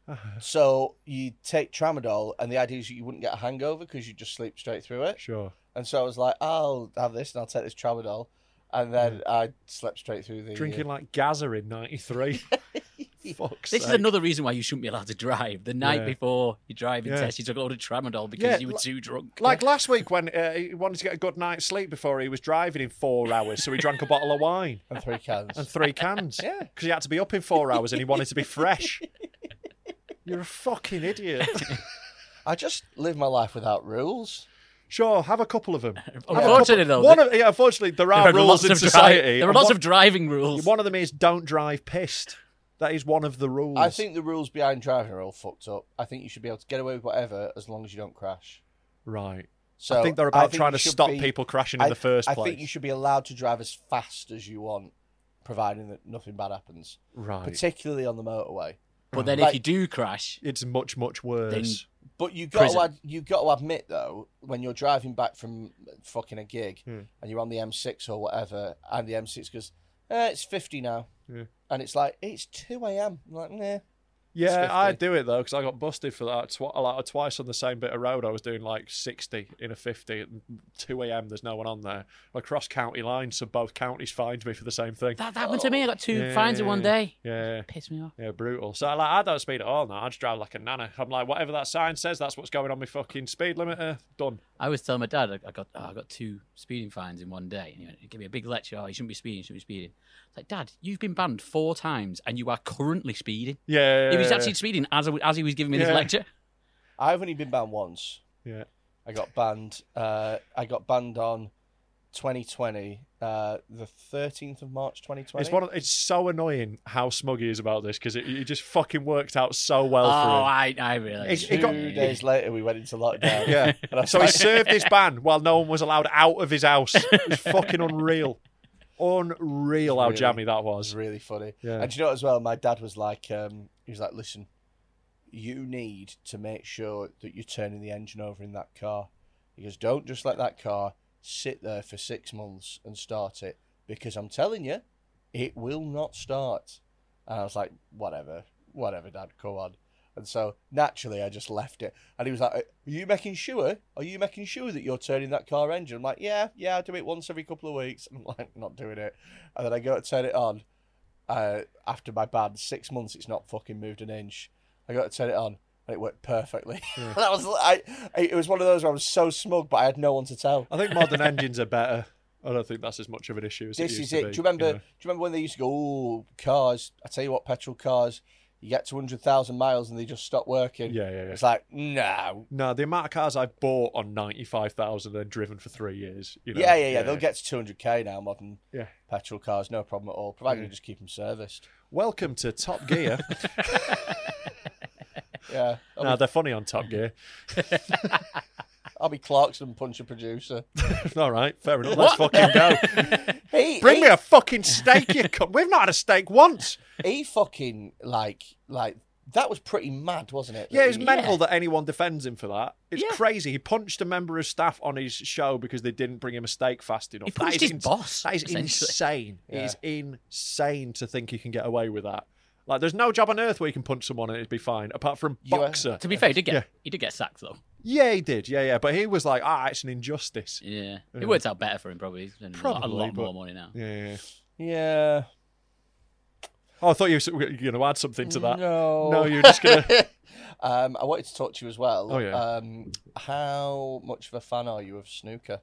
C: Ah,
B: So you take tramadol, and the idea is that you wouldn't get a hangover because you just sleep straight through it.
C: sure.
B: And so I was like, I'll have this, and I'll take this tramadol, and then I slept straight through the
C: Mm.
B: uh,
C: Drinking like Gaza in 93. Fuck's
A: this is
C: sake.
A: another reason why you shouldn't be allowed to drive. The night
C: Yeah.
A: before your driving
C: Yeah.
A: test, you took a load of tramadol because
C: Yeah,
A: you were
C: li-
A: too drunk.
C: Like last week when uh, he wanted to get a good night's sleep before he was driving in four hours, so he drank a bottle of wine
B: and three cans.
C: and three cans. Yeah. Because he had to be up in four hours and he wanted to be fresh. You're a fucking idiot.
B: I just live my life without rules.
C: Sure, have a couple of them. Have a couple-
A: Unfortunately, though,
C: one
A: th-
C: of, yeah, unfortunately, there
A: There
C: are,
A: are
C: rules
A: lots
C: in
A: of dri-
C: society.
A: there are
C: and
A: lots
C: one-
A: of driving rules.
C: One of them is don't drive pissed. That is one of the rules.
B: I think the rules behind driving are all fucked up. I think you should be able to get away with whatever as long as you don't crash.
C: right.
B: So
C: think they're about
B: think
C: trying
B: you
C: to
B: should
C: stop people crashing in
B: I-
C: the first
B: I
C: place.
B: think you should be allowed to drive as fast as you want, providing that nothing bad happens,
C: Right.
B: particularly on the motorway.
A: But then
B: Like-
A: if you do crash,
C: it's much, much worse.
B: But you got to
A: Prison.
B: ad- you got to admit though, when you're driving back from fucking a gig
C: Hmm.
B: and you're on the M6 or whatever, and the M6 goes, eh, "It's 50 now," and it's like it's 2 a.m. I'm like, nah.
C: yeah,
B: It's
C: I'd
B: 50.
C: do it though because I got busted for that tw- like, twice on the same bit of road. I was doing like 60 in a 50 at 2 a.m. There's no one on there. I cross county lines, so both counties fined me for the same thing.
A: that, that happened to me. I got two
C: Yeah,
A: fines in one day.
C: Yeah.
A: Pissed me off.
C: Yeah, brutal. So like, I don't speed at all now. I just drive like a nana. I'm like, whatever that sign says, that's what's going on my fucking speed limiter. Done.
A: I was telling my dad I- I got oh, I got two speeding fines in one day, and he went, he gave me a big lecture. Oh, you shouldn't be speeding, you shouldn't be speeding. It's like, Dad, you've been banned four times, and you are currently speeding.
C: Yeah.
A: He was actually speeding as I w as he was giving me
C: Yeah.
A: this lecture.
B: I've only been banned once.
C: Yeah.
B: I got banned. Uh, I got banned on 2020, uh, the 13th of March 2020.
C: It's one. Of, it's so annoying how smug he is about this because it, it just fucking worked out so well
A: oh,
C: for him.
A: I I realised.
C: It's-
B: Two
C: it got-
B: days later, we went into lockdown.
C: Yeah.
B: And I was
C: So he
B: like,
C: served his ban while no one was allowed out of his house. It was fucking unreal. Unreal how
B: Really?
C: jammy that
B: It was
C: was.
B: really funny.
C: Yeah.
B: And do you know what as well? My dad was like, um, he was like, listen, you need to make sure that you're turning the engine over in that car. He goes, don't just let that car sit there for six months and start it because I'm telling you, it will not start. And I was like, whatever, whatever, dad, go on. And so naturally, I just left it. And he was like, Are you making sure? Are you making sure that you're turning that car engine? I'm like, Yeah, yeah, I do it once every couple of weeks. I'm like, Not doing it. And then I go to turn it on. Uh, after my ban, six months, it's not fucking moved an inch. I got to turn it on. And it worked perfectly. that was I, I- It was one of those where I was so smug, but I had no one to tell.
C: I think modern engines are better. I don't think that's as much of an issue as
B: This
C: it
B: is
C: used
B: it.
C: to be,
B: do you remember?
C: know.
B: Do you remember when they used to go, "Oh, cars"? I tell you what, petrol cars. You get two hundred thousand miles and they just stop working.
C: Yeah, yeah, yeah.
B: It's like no.
C: No, the amount of cars I've bought on ninety five thousand and driven for three years. You know,
B: yeah, yeah, yeah, They'll get to two hundred k now. Modern
C: Yeah.
B: petrol cars, no problem at all, provided you just keep them serviced.
C: Welcome to Top Gear.
B: Yeah, I'll,
C: no,
B: be,
C: they're funny on Top Gear.
B: I'll be Clarkson puncher producer.
C: All right, fair enough. Let's fucking go.
B: He,
C: Bring
B: he,
C: me a fucking steak, you cunt. We've not had a steak once.
B: He fucking like like that was pretty mad, wasn't it?
C: Yeah,
B: That
C: it's
B: he-
C: mental that anyone defends him for that. It's crazy. He punched a member of staff on his show because they didn't bring him a steak fast enough.
A: He
C: That is
A: punched his boss,
C: That is
A: essentially.
C: insane. It is insane to think you can get away with that. Like, there's no job on earth where you can punch someone and it'd be fine, apart from
B: You-
C: boxer.
A: uh, to be fair, he did get
C: Yeah.
A: he did get sacked though.
C: Yeah, he did. Yeah, yeah. But he was like, ah, it's an injustice.
A: Yeah, it worked out better for him probably. He's spending a lot-
C: Probably,
A: a lot
C: but-
A: more money now.
C: Yeah. yeah, yeah.
B: Yeah.
C: Oh, I thought you were going to add something to that.
B: No.
C: No, you're just going to.
B: Um, I wanted to talk to you as well.
C: Oh, yeah.
B: Um, how much of a fan are you of snooker?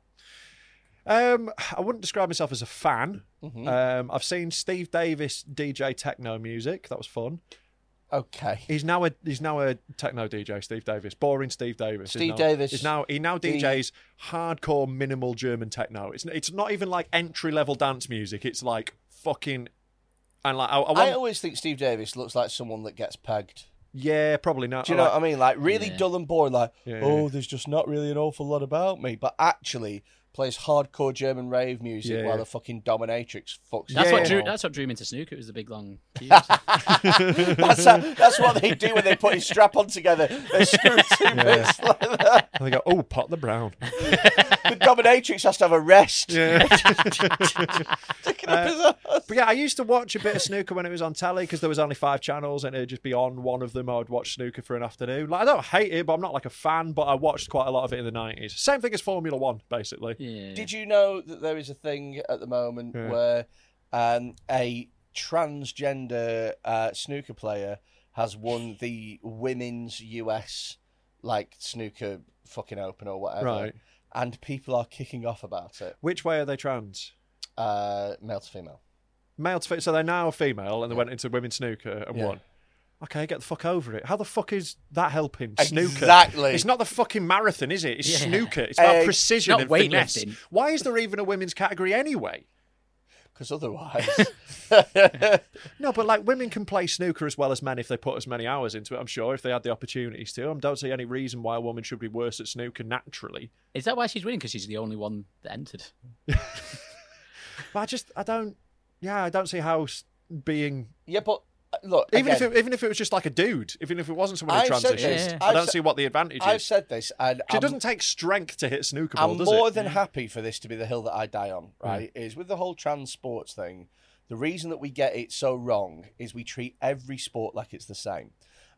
C: Um, I wouldn't describe myself as a fan.
B: Mm-hmm.
C: Um, I've seen Steve Davis DJ techno music. That was fun.
B: Okay.
C: He's now a he's now a techno DJ, Steve Davis. Boring Steve Davis. is
B: Steve
C: now-
B: Davis.
C: is now he now DJs hardcore minimal German techno. It's it's not even like entry level dance music. It's like fucking and like I, I want,
B: I always think Steve Davis looks like someone that gets pegged.
C: yeah probably not.
B: Do you know
C: like-
B: what I mean? Like really
A: Yeah.
B: dull and boring. Like,
C: Oh, Yeah,
B: oh,
C: yeah.
B: there's just not really an awful lot about me. But actually, plays hardcore German rave music
C: Yeah,
B: while
C: yeah.
B: the fucking dominatrix fucks.
A: That's
C: Yeah,
A: what
C: yeah.
A: drew.
B: That's,
A: That's what drew him into snooker. It was the big long. queues.
B: that's, how- that's what they do when they put his strap on together. They screw two bits like that.
C: And they go, oh, pot the brown.
B: The dominatrix has to have a rest.
C: Yeah.
B: Sticking up his ass.
C: But yeah, I used to watch a bit of snooker when it was on telly because there was only five channels and it'd just be on one of them. I'd watch snooker for an afternoon. Like I don't hate it, but I'm not like a fan. But I watched quite a lot of it in the nineties. Same thing as Formula One, basically.
A: yeah.
B: Did you know that there is a thing at the moment
C: Yeah.
B: where um, a transgender uh, snooker player has won the women's US like snooker fucking open or whatever,
C: Right.
B: and people are kicking off about it,
C: Which way are they trans?
B: uh, male to female.
C: Male to fe- so they're now female and they went into women's snooker and
B: Yeah.
C: won. Okay, get the fuck over it. How the fuck is that helping? Snooker.
B: Exactly.
C: It's not the fucking marathon, is it? It's
A: Yeah.
C: snooker. It's about
B: Eh,
C: precision
A: not
C: and finesse.
A: weightlifting.
C: Why is there even a women's category anyway?
B: Because otherwise,
C: No, but like women can play snooker as well as men if they put as many hours into it. I'm sure if they had the opportunities to. I don't see any reason why a woman should be worse at snooker naturally.
A: Is that why she's winning? Because she's the only one that entered.
C: But I just, I don't. Yeah, I don't see how s- being
B: yeah. But uh, look,
C: even
B: again,
C: if it, even if it was just like a dude, even if it wasn't someone who
B: I've said
C: transitions,
A: this.
C: I
B: I've
C: don't
B: said-
C: see what the advantage
B: I've
C: is.
B: said this, and
C: 'Cause
B: I'm-
C: it doesn't take strength to hit a snooker ball,
B: I'm
C: does
B: more
C: it?
B: than happy for this to be the hill that I die on, right? Is with the whole trans sports thing, the reason that we get it so wrong is we treat every sport like it's the same.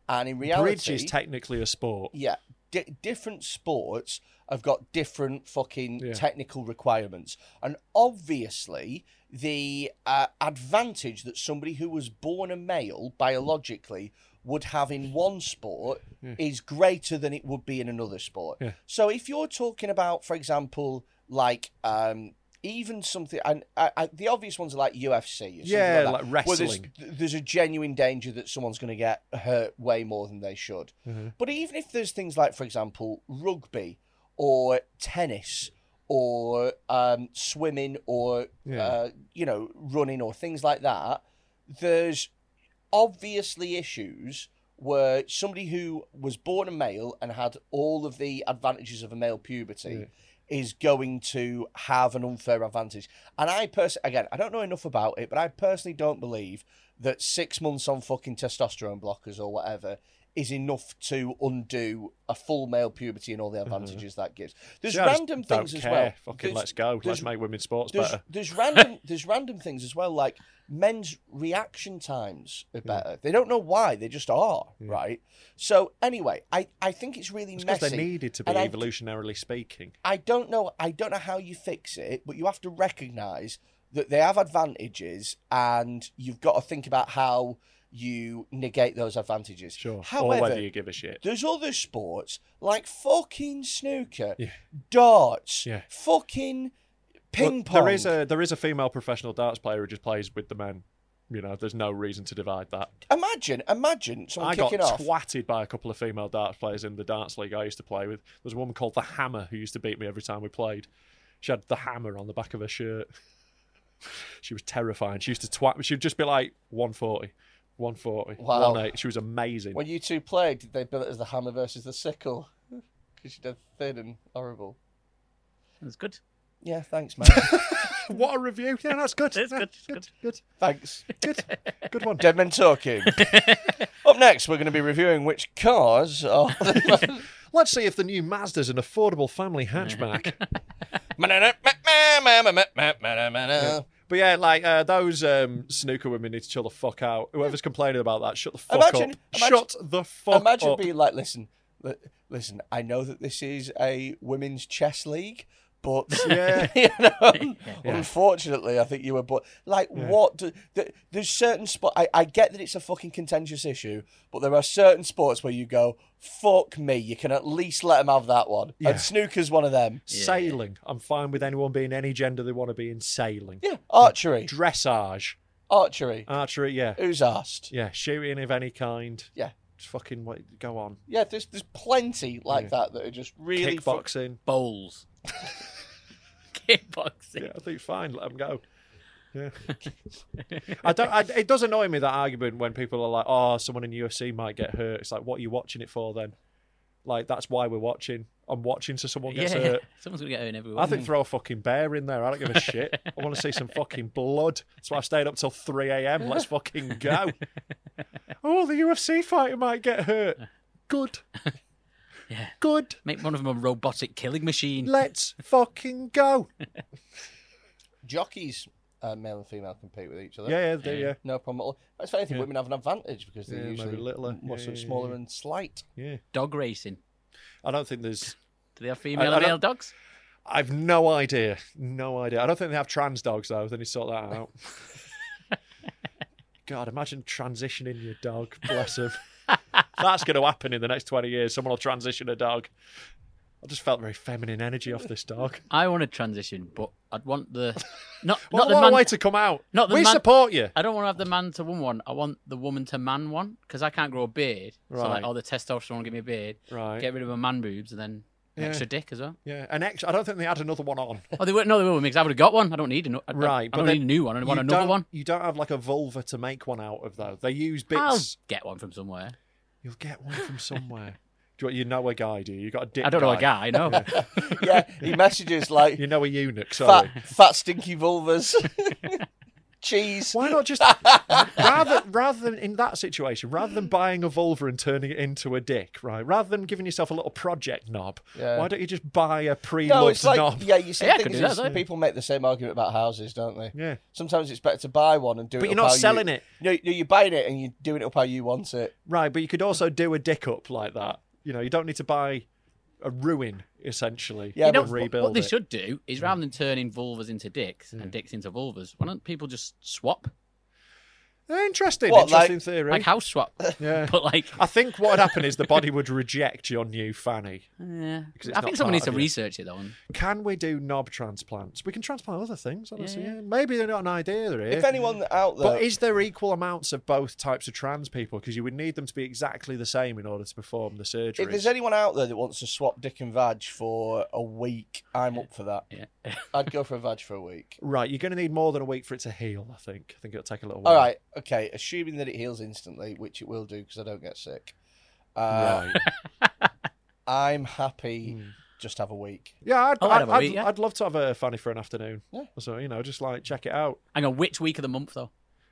B: And in reality,
C: Bridge is technically a sport.
B: yeah, di- different sports have got different fucking
C: Yeah.
B: technical requirements. And obviously, the uh, advantage that somebody who was born a male biologically would have in one sport is greater than it would be in another sport.
C: Yeah.
B: So if you're talking about, for example, like um, even something, and I, I, the obvious ones are like UFC, or
C: Yeah,
B: something like, that,
C: like
B: where there's-
C: wrestling.
B: th- there's a genuine danger that someone's going to get hurt way more than they should. But even if there's things like, for example, rugby or tennis or um, swimming or uh, you know running or things like that, there's obviously issues where somebody who was born a male and had all of the advantages of a male puberty is going to have an unfair advantage. And I personally, again, I don't know enough about it, but I personally don't believe that six months on fucking testosterone blockers or whatever is enough to undo a full male puberty and all the advantages that gives. There's
C: Yeah, Mm-hmm. I just
B: random
C: don't
B: things as
C: care.
B: well.
C: Fucking
B: There's-
C: let's go. Let's
B: there's-
C: make women's sports
B: there's,
C: better.
B: there's random there's random things as well, like men's reaction times
C: Hmm.
B: are better. They don't know why, they just are, right? So anyway, I, I think it's really
C: Because
B: messy.
C: they needed to be
B: and I-
C: evolutionarily speaking.
B: I don't know. I don't know how you fix it, but you have to recognise that they have advantages, and you've got to think about how you negate those advantages.
C: Sure.
B: However,
C: or whether you give a shit.
B: there's other sports like fucking snooker,
C: Yeah.
B: darts,
C: Yeah.
B: fucking ping
C: Well,
B: pong.
C: There is a there is a female professional darts player who just plays with the men. You know, there's no reason to divide that.
B: imagine, imagine someone
C: I got
B: kicking off.
C: twatted by a couple of female darts players in the darts league I used to play with. There was a woman called the Hammer who used to beat me every time we played. She had the hammer on the back of her shirt. She was terrifying. She used to twat. She'd just be like 140, 140,
B: Wow.
C: 180. She was amazing.
B: when you two played, did they bill it as the hammer versus the sickle? Because you're dead thin and horrible.
A: That's good.
B: Yeah, thanks, man.
C: what a review! Yeah, that's good.
A: It's
C: Yeah,
A: good, it's
C: good, good,
B: thanks.
C: good, good one.
B: Dead Men Talking. Up next, we're going to be reviewing which cars are.
C: Let's see if the new Mazda's an affordable family hatchback. But yeah, like uh, those um, snooker women need to chill the fuck out. Whoever's complaining about that, shut the fuck
B: Imagine-
C: up.
B: imagine-
C: shut the fuck
B: Imagine
C: up.
B: being like, listen, li- listen. I know that this is a women's chess league, but
C: Yeah.
B: you know, um, unfortunately, I think you were. But like, what? Do, th- there's certain sport. I, I get that it's a fucking contentious issue, but there are certain sports where you go, fuck me. You can at least let them have that one.
C: Yeah.
B: And snooker's one of them.
C: Sailing. I'm fine with anyone being any gender they want to be in sailing.
B: Yeah, archery,
C: Dressage.
B: archery.
C: Archery, yeah.
B: Who's asked?
C: uh, Yeah, shooting of any kind.
B: Yeah.
C: Just fucking wait, go on.
B: Yeah, there's there's plenty like that that are just really fu-
C: Kickboxing.
A: Bowls. Kickboxing.
C: Yeah, I think fine. Let them go. Yeah, I don't. I, it does annoy me that argument when people are like, "Oh, someone in UFC might get hurt." It's like, what are you watching it for then? Like that's why we're watching. I'm watching so someone gets
A: Yeah, Mm.
C: hurt.
A: Someone's going to get hurt in every
C: I
A: one.
C: think throw a fucking bear in there. I don't give a shit. I want to see some fucking blood. That's why I stayed up till 3 a.m. Let's fucking go. Oh, the UFC fighter might get hurt. Good.
A: Yeah.
C: Good.
A: Make one of them a robotic killing machine.
C: Let's fucking go.
B: jockeys, uh, male and female, compete with each other.
C: Yeah, yeah, they- yeah.
B: No problem at all. That's funny. I think women have an advantage because they're
C: Yeah, maybe
B: usually
C: littler.
B: m- more
C: Yeah,
B: sort of
C: yeah,
B: smaller
C: yeah.
B: and slight.
C: Yeah.
A: Dog racing.
C: I don't think there's.
A: Do they have female
C: I
A: and
C: don't-
A: male dogs?
C: I've no idea. No idea. I don't think they have trans dogs, though. They need to sort that out. God, imagine transitioning your dog. Bless him. That's going to happen in the next 20 years. Someone will transition a dog. I just felt very feminine energy off this dog.
A: I want to transition, but I'd want the Uh, not
C: What,
A: not the
C: what
A: man.
C: a way to come out.
A: not the
C: we
A: man-
C: support you.
A: I don't want to have the man to woman one. I want the woman to man one because I can't grow a beard. So
C: Right.
A: like, all the testosterone will give me a beard.
C: Right.
A: Get rid of my man boobs and then an
C: Yeah.
A: extra dick as well.
C: Yeah, and extra, I don't think they had another one on.
A: Oh, they were no, they were because I would have got one. I don't need another.
C: Right,
A: I don't
C: but
A: need a
C: then
A: new one. I
C: You
A: want another
C: don't-
A: one.
C: You don't have like a vulva to make one out of though. They use bits.
A: I'll get one from somewhere.
C: You'll get one from somewhere. Do you, you know a guy? Do you? You got a dick?
A: I don't know a
C: Ah,
A: guy. No.
B: yeah, he messages like
C: You know a eunuch. Sorry.
B: fat, fat stinky vulvas, cheese.
C: Why not just rather rather than in that situation, rather than buying a vulva and turning it into a dick, right? Rather than giving yourself a little project knob,
B: Yeah.
C: why don't you just buy a pre-loved
B: No, it's like
C: knob?
B: yeah. You see,
A: Yeah, I
B: thing
A: could
B: is,
A: do that,
B: is
A: though.
B: people make the same argument about houses, don't they?
C: Yeah.
B: Sometimes it's better to buy one and do
C: But
B: it.
C: you're
B: up
C: not
B: how
C: selling
B: you,
C: it.
B: No, no, you're buying it and you're doing it up how you want it.
C: Right, but you could also do a dick up like that. You know, you don't need to buy a ruin essentially.
B: Yeah,
C: and
B: but
A: what-
C: rebuild
A: what they
C: it.
A: should do is rather than turning vulvas into dicks and dicks into vulvas, why don't people just swap?
B: Eh,
C: Interesting,
B: What, like-
C: interesting theory.
A: Like house swap.
C: Yeah.
A: But like,
C: I think what would happen is the body would reject your new fanny.
A: yeah.
C: Because it's
A: I
C: not
A: think someone
C: part
A: needs to
C: of you.
A: research it though. and-
C: Can we do knob transplants? We can transplant other things, honestly.
A: Yeah.
C: Yeah. Maybe they're not an idea here. Mm.
B: If anyone out there,
C: But is there equal amounts of both types of trans people? Because you would need them to be exactly the same in order to perform the surgery.
B: if there's anyone out there that wants to swap dick and vag for a week, I'm up for that.
A: Yeah.
B: I'd go for a vag for a week.
C: Right, you're going to need more than a week for it to heal. I think. I think it'll take a little while.
B: All right, okay. Assuming that it heals instantly, which it will do because I don't get sick. Uh,
C: Right. Hmm.
B: I'm happy. Just have a week.
C: Yeah, I'd,
A: I'll
C: I'd,
A: Oh, have a
C: I'd,
A: week, yeah.
C: I'd love to have a fanny for an afternoon.
B: Yeah.
C: So you know, just like check it out.
A: Hang on, which week of the month though?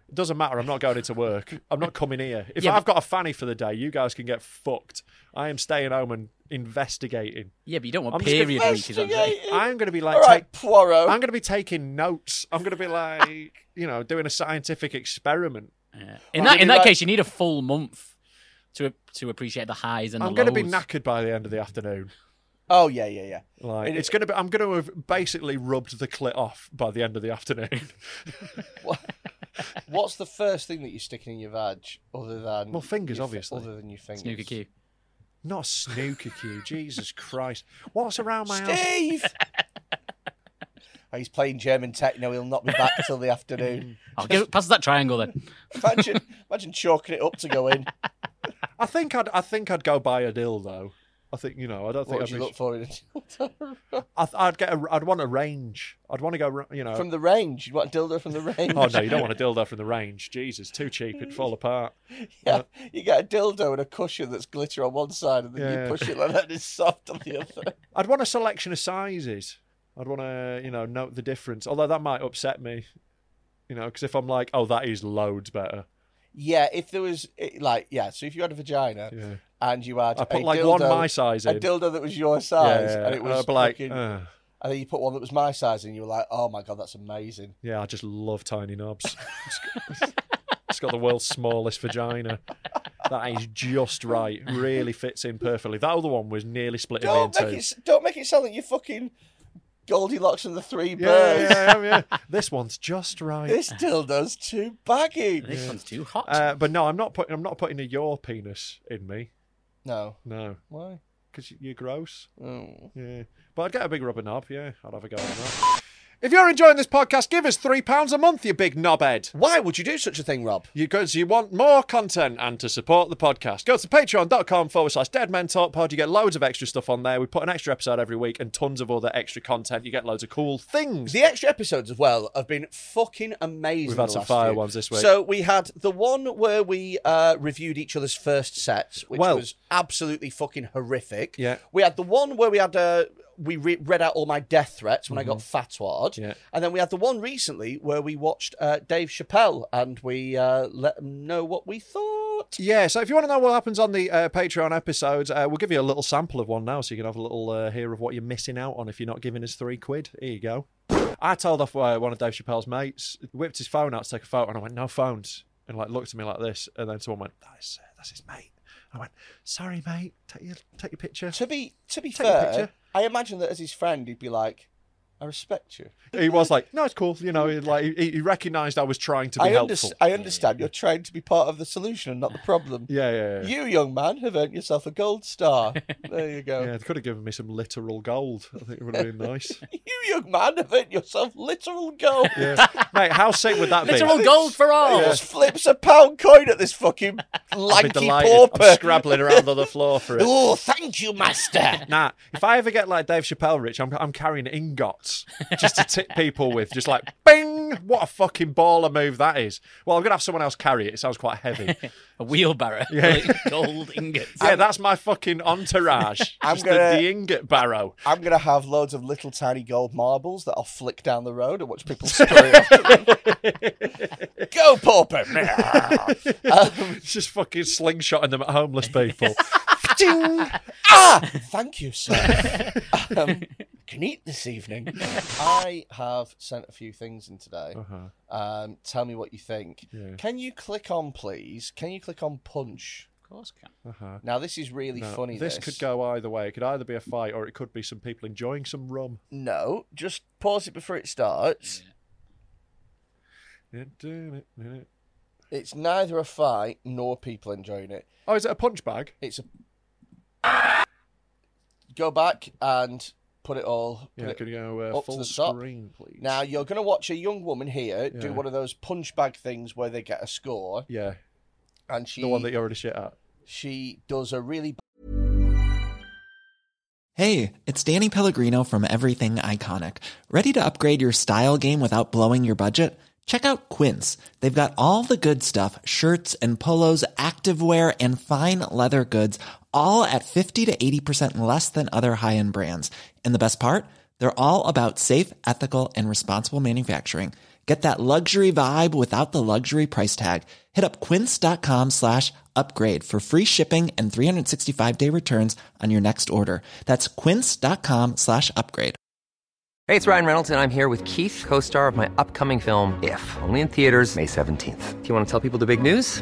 C: It doesn't matter. I'm not going into work. I'm not coming here. If
A: Yeah,
C: I've got a fanny for the day, you guys can get fucked. I am staying home and investigating.
A: Yeah, but you don't want
C: I'm just
A: period week. Is what I'm saying.
B: Investigating.
C: I'm going to be like,
B: All right,
C: take,
B: Poirot.
C: I'm going to be taking notes. I'm going to be like, you know, doing a scientific experiment.
A: Yeah. In
B: I'll
A: that
B: give
A: in
B: you
A: that
B: that-
A: case, you need a full month to to appreciate the highs and
C: I'm
A: the
C: going
A: lows.
C: to be knackered by the end of the afternoon.
B: Oh yeah, yeah, yeah.
C: Like
B: It-
C: it's going to be. I'm going to have basically rubbed the clit off by the end of the afternoon.
B: What, what's the first thing that you're sticking in your vag other than
C: Well, fingers,
B: your fi-
C: obviously.
B: Other than your fingers.
A: Snooker cue.
C: Not a snooker cue. Jesus Christ! What's around my house?
B: Steve. Oh, He's playing German techno. He'll not be back till the afternoon.
C: Hmm.
A: I'll give pass that triangle then.
B: Imagine, imagine chalking it up to go in.
C: I think I'd. I think I'd go buy a dildo. I think you know. I don't
B: What
C: think I'd,
B: would you
C: be-
B: look for in a
C: I, th- I'd get. A, I'd want a range. I'd want to go. ra- You know.
B: from the range? You want a dildo from the range?
C: oh no, you don't want a dildo from the range. Jesus, too cheap. It'd fall apart.
B: Yeah, you get a dildo and a cushion that's glitter on one side, and then
C: Yeah.
B: you push it like that, and it's soft on the other.
C: I'd want a selection of sizes. I'd want to, you know, note the difference. Although that might upset me, you know, because if I'm like, oh, that is loads better.
B: Yeah, if there was it- like yeah, so if you had a vagina
C: Yeah.
B: and you had
C: I put
B: a
C: like one
B: dildo,
C: my size
B: a
C: in. uh,
B: dildo that was your size, and it
C: I'd
B: was
C: be like,
B: fucking-
C: "Ugh."
B: and then you put one that was my size, and you were like, oh my god, that's amazing.
C: yeah, I just love tiny knobs. it's got the world's smallest vagina. That is just right. Really fits in perfectly. That other one was nearly splitting me in
B: Don't
C: two.
B: make it s- don't make it sound like you're fucking Goldilocks and the Three
C: yeah,
B: Bears.
C: yeah, yeah, yeah. This one's just right.
B: This dildo's too baggy.
A: This one's too hot.
C: Uh, but no, I'm not putting. I'm not putting a your penis in me.
B: No,
C: No,
B: why?
C: because you're gross.
B: Oh.
C: Yeah. But I'd get a big rubber knob, yeah. I'd have a go on that. If you're enjoying this podcast, give us £3 a month, you big knobhead.
B: Why would you do such a thing, Rob?
C: Because you want more content and to support the podcast, go to patreon.com forward slash dead men talk pod. You get loads of extra stuff on there. We put an extra episode every week and tons of other extra content. You get loads of cool things.
B: The extra episodes as well have been fucking amazing.
C: We've had
B: the
C: some
B: last
C: fire
B: few.
C: ones this week.
B: So we had the one where we uh, reviewed each other's first sets, which
C: Well-
B: was absolutely fucking horrific.
C: Yeah.
B: We had the one where we had uh, we re- read out all my death threats when I got fatwad.
C: Mm-hmm. Yeah.
B: And then we had the one recently where we watched uh, Dave Chappelle and we uh, let them know what we thought.
C: Yeah, so if you want to know what happens on the uh, Patreon episodes, uh, we'll give you a little sample of one now so you can have a little uh, hear of what you're missing out on if you're not giving us three quid. Here you go. I told off uh, one of Dave Chappelle's mates, whipped his phone out to take a photo, and I went, no phones. And like looked at me like this, and then someone went, that's, uh, that's his mate. I went, sorry, mate, take your, take your picture.
B: To be to be
C: Take a
B: fair,
C: picture.
B: I imagine that as his friend, he'd be like, I respect you.
C: He was like, "No, it's cool." You know, he, like he, he recognised I was trying to be
B: I,
C: helpful.
B: underst- I understand you're trying to be part of the solution and not the problem.
C: Yeah, yeah, yeah.
B: You, young man, have earned yourself a gold star. There you go.
C: Yeah, they could have given me some literal gold. I think it would have been nice.
B: You, young man, have earned yourself literal gold.
C: Yeah. Mate, how sick would that be?
A: Literal gold for all.
B: He just flips a pound coin at this fucking
C: I'd be
B: lanky
C: delighted.
B: pauper.
C: I'm scrabbling around on the floor for it.
E: Oh, thank you, master.
C: Nah, if I ever get like Dave Chappelle rich, I'm, I'm carrying ingots just to tip people with. Just like, bing! What a fucking baller move that is. Well, I'm going to have someone else carry it. It sounds quite heavy.
A: A wheelbarrow.
C: Yeah.
A: full of gold ingots.
C: yeah, that's my fucking entourage.
B: I'm
C: Just
B: gonna-
C: the, the ingot barrow.
B: I'm gonna have loads of little tiny gold marbles that I'll flick down the road and watch people scurry after them. Go, pauper!
C: It's just fucking slingshotting them at homeless people.
B: Ding!
C: Uh-huh,
B: Ah, thank you, sir. um, can eat this evening. I have sent a few things in today.
C: Oh. uh-huh.
B: Um, tell me what you think. Can you click on, please? Can you click on punch?
A: Of course, can.
B: Now this is really funny.
C: uh-huh. this could go either way. It could either be a fight or it could be some people enjoying some rum.
B: No, just pause it before it starts.
C: Oh,
B: It's neither a fight nor people enjoying it.
C: Oh, is it a punch bag?
B: It's a go back and put it all. Put
C: Yeah,
B: it
C: can you go uh,
B: up to
C: full
B: the top.
C: screen, please?
B: Now you're going to watch a young woman here
C: Yeah.
B: do one of those punch bag things where they get a score,
C: Yeah,
B: and she
C: the one that you already shit at.
B: she does a really
F: Hey, it's Danny Pellegrino from Everything Iconic. Ready to upgrade your style game without blowing your budget? Check out Quince. They've got all the good stuff shirts and polos, activewear, and fine leather goods, all at 50 to 80% less than other high end brands. And the best part? They're all about safe, ethical, and responsible manufacturing. Get that luxury vibe without the luxury price tag. Hit up quince.com slash upgrade for free shipping and 365 day returns on your next order. That's quince.com slash upgrade.
G: Hey, it's Ryan Reynolds, and I'm here with Keith, co star of my upcoming film, If, only in theaters, May 17th. Do you want to tell people the big news?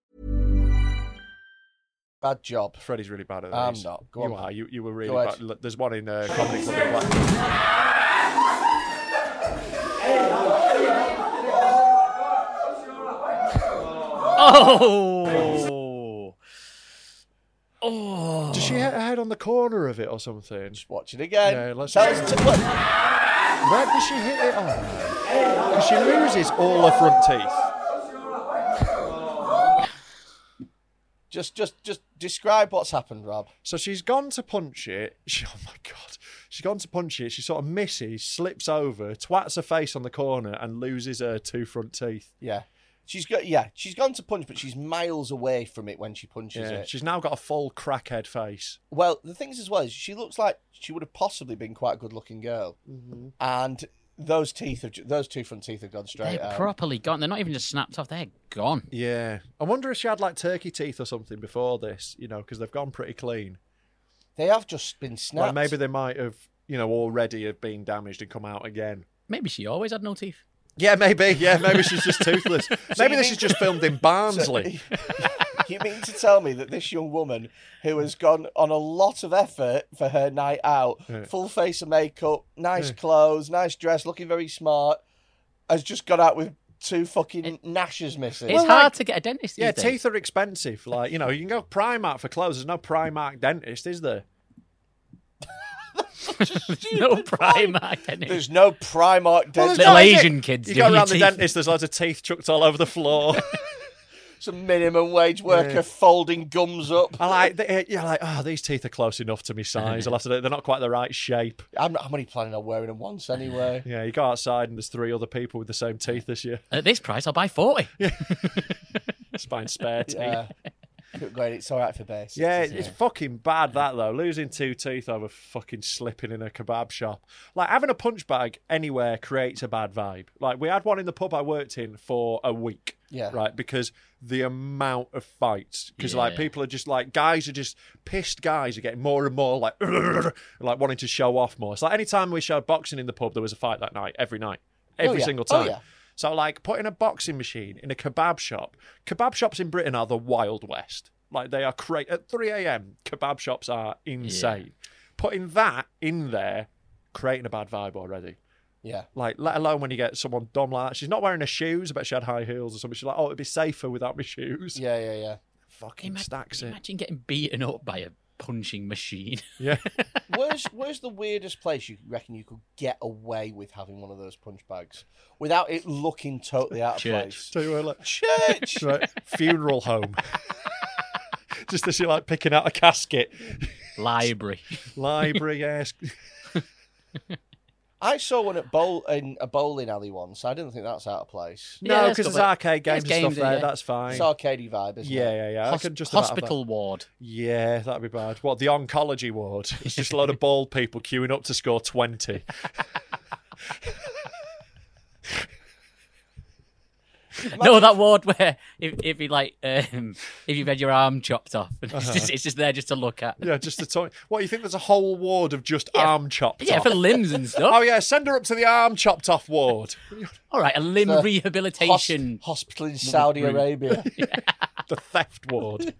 B: bad job.
C: Freddie's really bad at
B: I'm
C: these.
B: not. Go
C: you
B: on.
C: are. You, you were really
B: Go ahead.
C: bad. Look, There's one in uh, comedy club. in Blackpool.
A: Oh. Oh.
C: Does she hit her head on the corner of it or something?
B: Just watch it again.
C: Yeah, let's-
B: Tell us to- look,
C: Where does she hit it on? Because she loses all her front teeth.
B: just just just describe what's happened, Rob.
C: So she's gone to punch it. She, oh my god. She's gone to punch it. She sort of misses, slips over, twats her face on the corner, and loses her two front teeth.
B: Yeah, she's got yeah she's gone to punch, but she's miles away from it when she punches
C: yeah.
B: it.
C: She's now got a full crackhead face.
B: Well, the things as well is she looks like she would have possibly been quite a good-looking girl, and those teeth have ju- those two front teeth have gone straight
A: They're
B: out.
A: properly gone. They're not even just snapped off. They're gone.
C: Yeah. I wonder if she had like turkey teeth or something before this, you know, because they've gone pretty clean.
B: they have just been
C: Like
B: snapped.
C: maybe they might have, you know, already have been damaged and come out again.
A: Maybe she always had no teeth.
C: Yeah, maybe. Yeah, maybe she's just toothless. maybe
B: you
C: this
B: mean-
C: is just filmed in Barnsley.
B: you mean to tell me that this young woman who
C: Mm.
B: has gone on a lot of effort for her night out, full face of makeup, nice clothes, nice dress, looking very smart, has just gone out with two fucking gnashes missing?
A: It's hard to get a dentist.
C: yeah,
A: these
C: teeth are expensive. Like, you know, you can go Primark for clothes. There's no Primark dentist, is there?
A: days. no Primark dentist.
B: There's no Primark
C: Well,
B: dentist.
A: Little
C: no, is
A: Asian
C: it?
A: kids
C: You
A: doing
C: go
A: your
C: around the
A: teeth.
C: dentist, there's loads of teeth chucked all over the floor.
B: It's a minimum wage worker folding gums up.
C: I like, the- you're like, oh, these teeth are close enough to my size. I'll have to, do- they're not quite the right shape.
B: I'm, I'm only planning on wearing them once anyway.
C: Yeah, you go outside and there's three other people with the same teeth as you.
A: At this price, I'll buy 40.
C: It's buying spare teeth.
B: Yeah. kept going. It's all right for bass.
C: Yeah, it's, it's fucking bad that though. Losing two teeth over fucking slipping in a kebab shop. Like having a punch bag anywhere creates a bad vibe. Like we had one in the pub I worked in for a week.
B: Yeah.
C: Right, because the amount of fights, because like
A: Yeah.
C: people are just like guys are just pissed. Guys are getting more and more like like wanting to show off more. It's like anytime we showed boxing in the pub, there was a fight that night every night, every
B: yeah.
C: single
B: Oh,
C: time.
B: yeah.
C: So, like, putting a boxing machine in a kebab shop. Kebab shops in Britain are the wild west. Like, they are crazy. At 3 a.m., kebab shops are insane. Putting that in there, creating a bad vibe already.
B: yeah.
C: Like, let alone when you get someone dumb like that. She's not wearing her shoes. I bet she had high heels or something. She's like, oh, it'd be safer without my shoes.
B: Yeah, yeah, yeah.
C: Fucking stacks it.
A: Imagine getting beaten up by a punching machine.
C: Yeah.
B: where's where's the weirdest place you reckon you could get away with having one of those punch bags without it looking totally out of
A: Church.
B: place?
C: Tell you what, like,
B: Church.
C: right, funeral home. Just as you're like picking out a casket.
A: Library.
C: Library, yes.
B: I saw one at bowl in a bowling alley once. I didn't think that's out of place.
A: Yeah,
C: No,
A: that's
C: because
A: cool,
C: there's
A: but-
C: arcade
A: there's
C: games, and
A: games,
C: stuff there.
A: yeah.
C: That's fine.
B: It's arcadey vibe, isn't
C: yeah,
B: it?
C: yeah, yeah. I
A: Hos-
C: can just about have that.
A: hospital ward.
C: Yeah, that'd be bad. What the oncology ward? It's just a lot of bald people queuing up to score twenty.
A: No, that ward where if if you like um, if you've had your arm chopped off, and it's, just, it's just there just to look at.
C: Uh-huh. Yeah, just a toy. What you think? There's a whole ward of just arm chopped
A: Yeah,
C: off.
A: for limbs and stuff.
C: Oh yeah, send her up to the arm chopped off ward.
A: All right, a limb
B: The Hos-
A: rehabilitation.
B: hospital in Saudi
A: room.
B: Arabia.
C: the theft ward.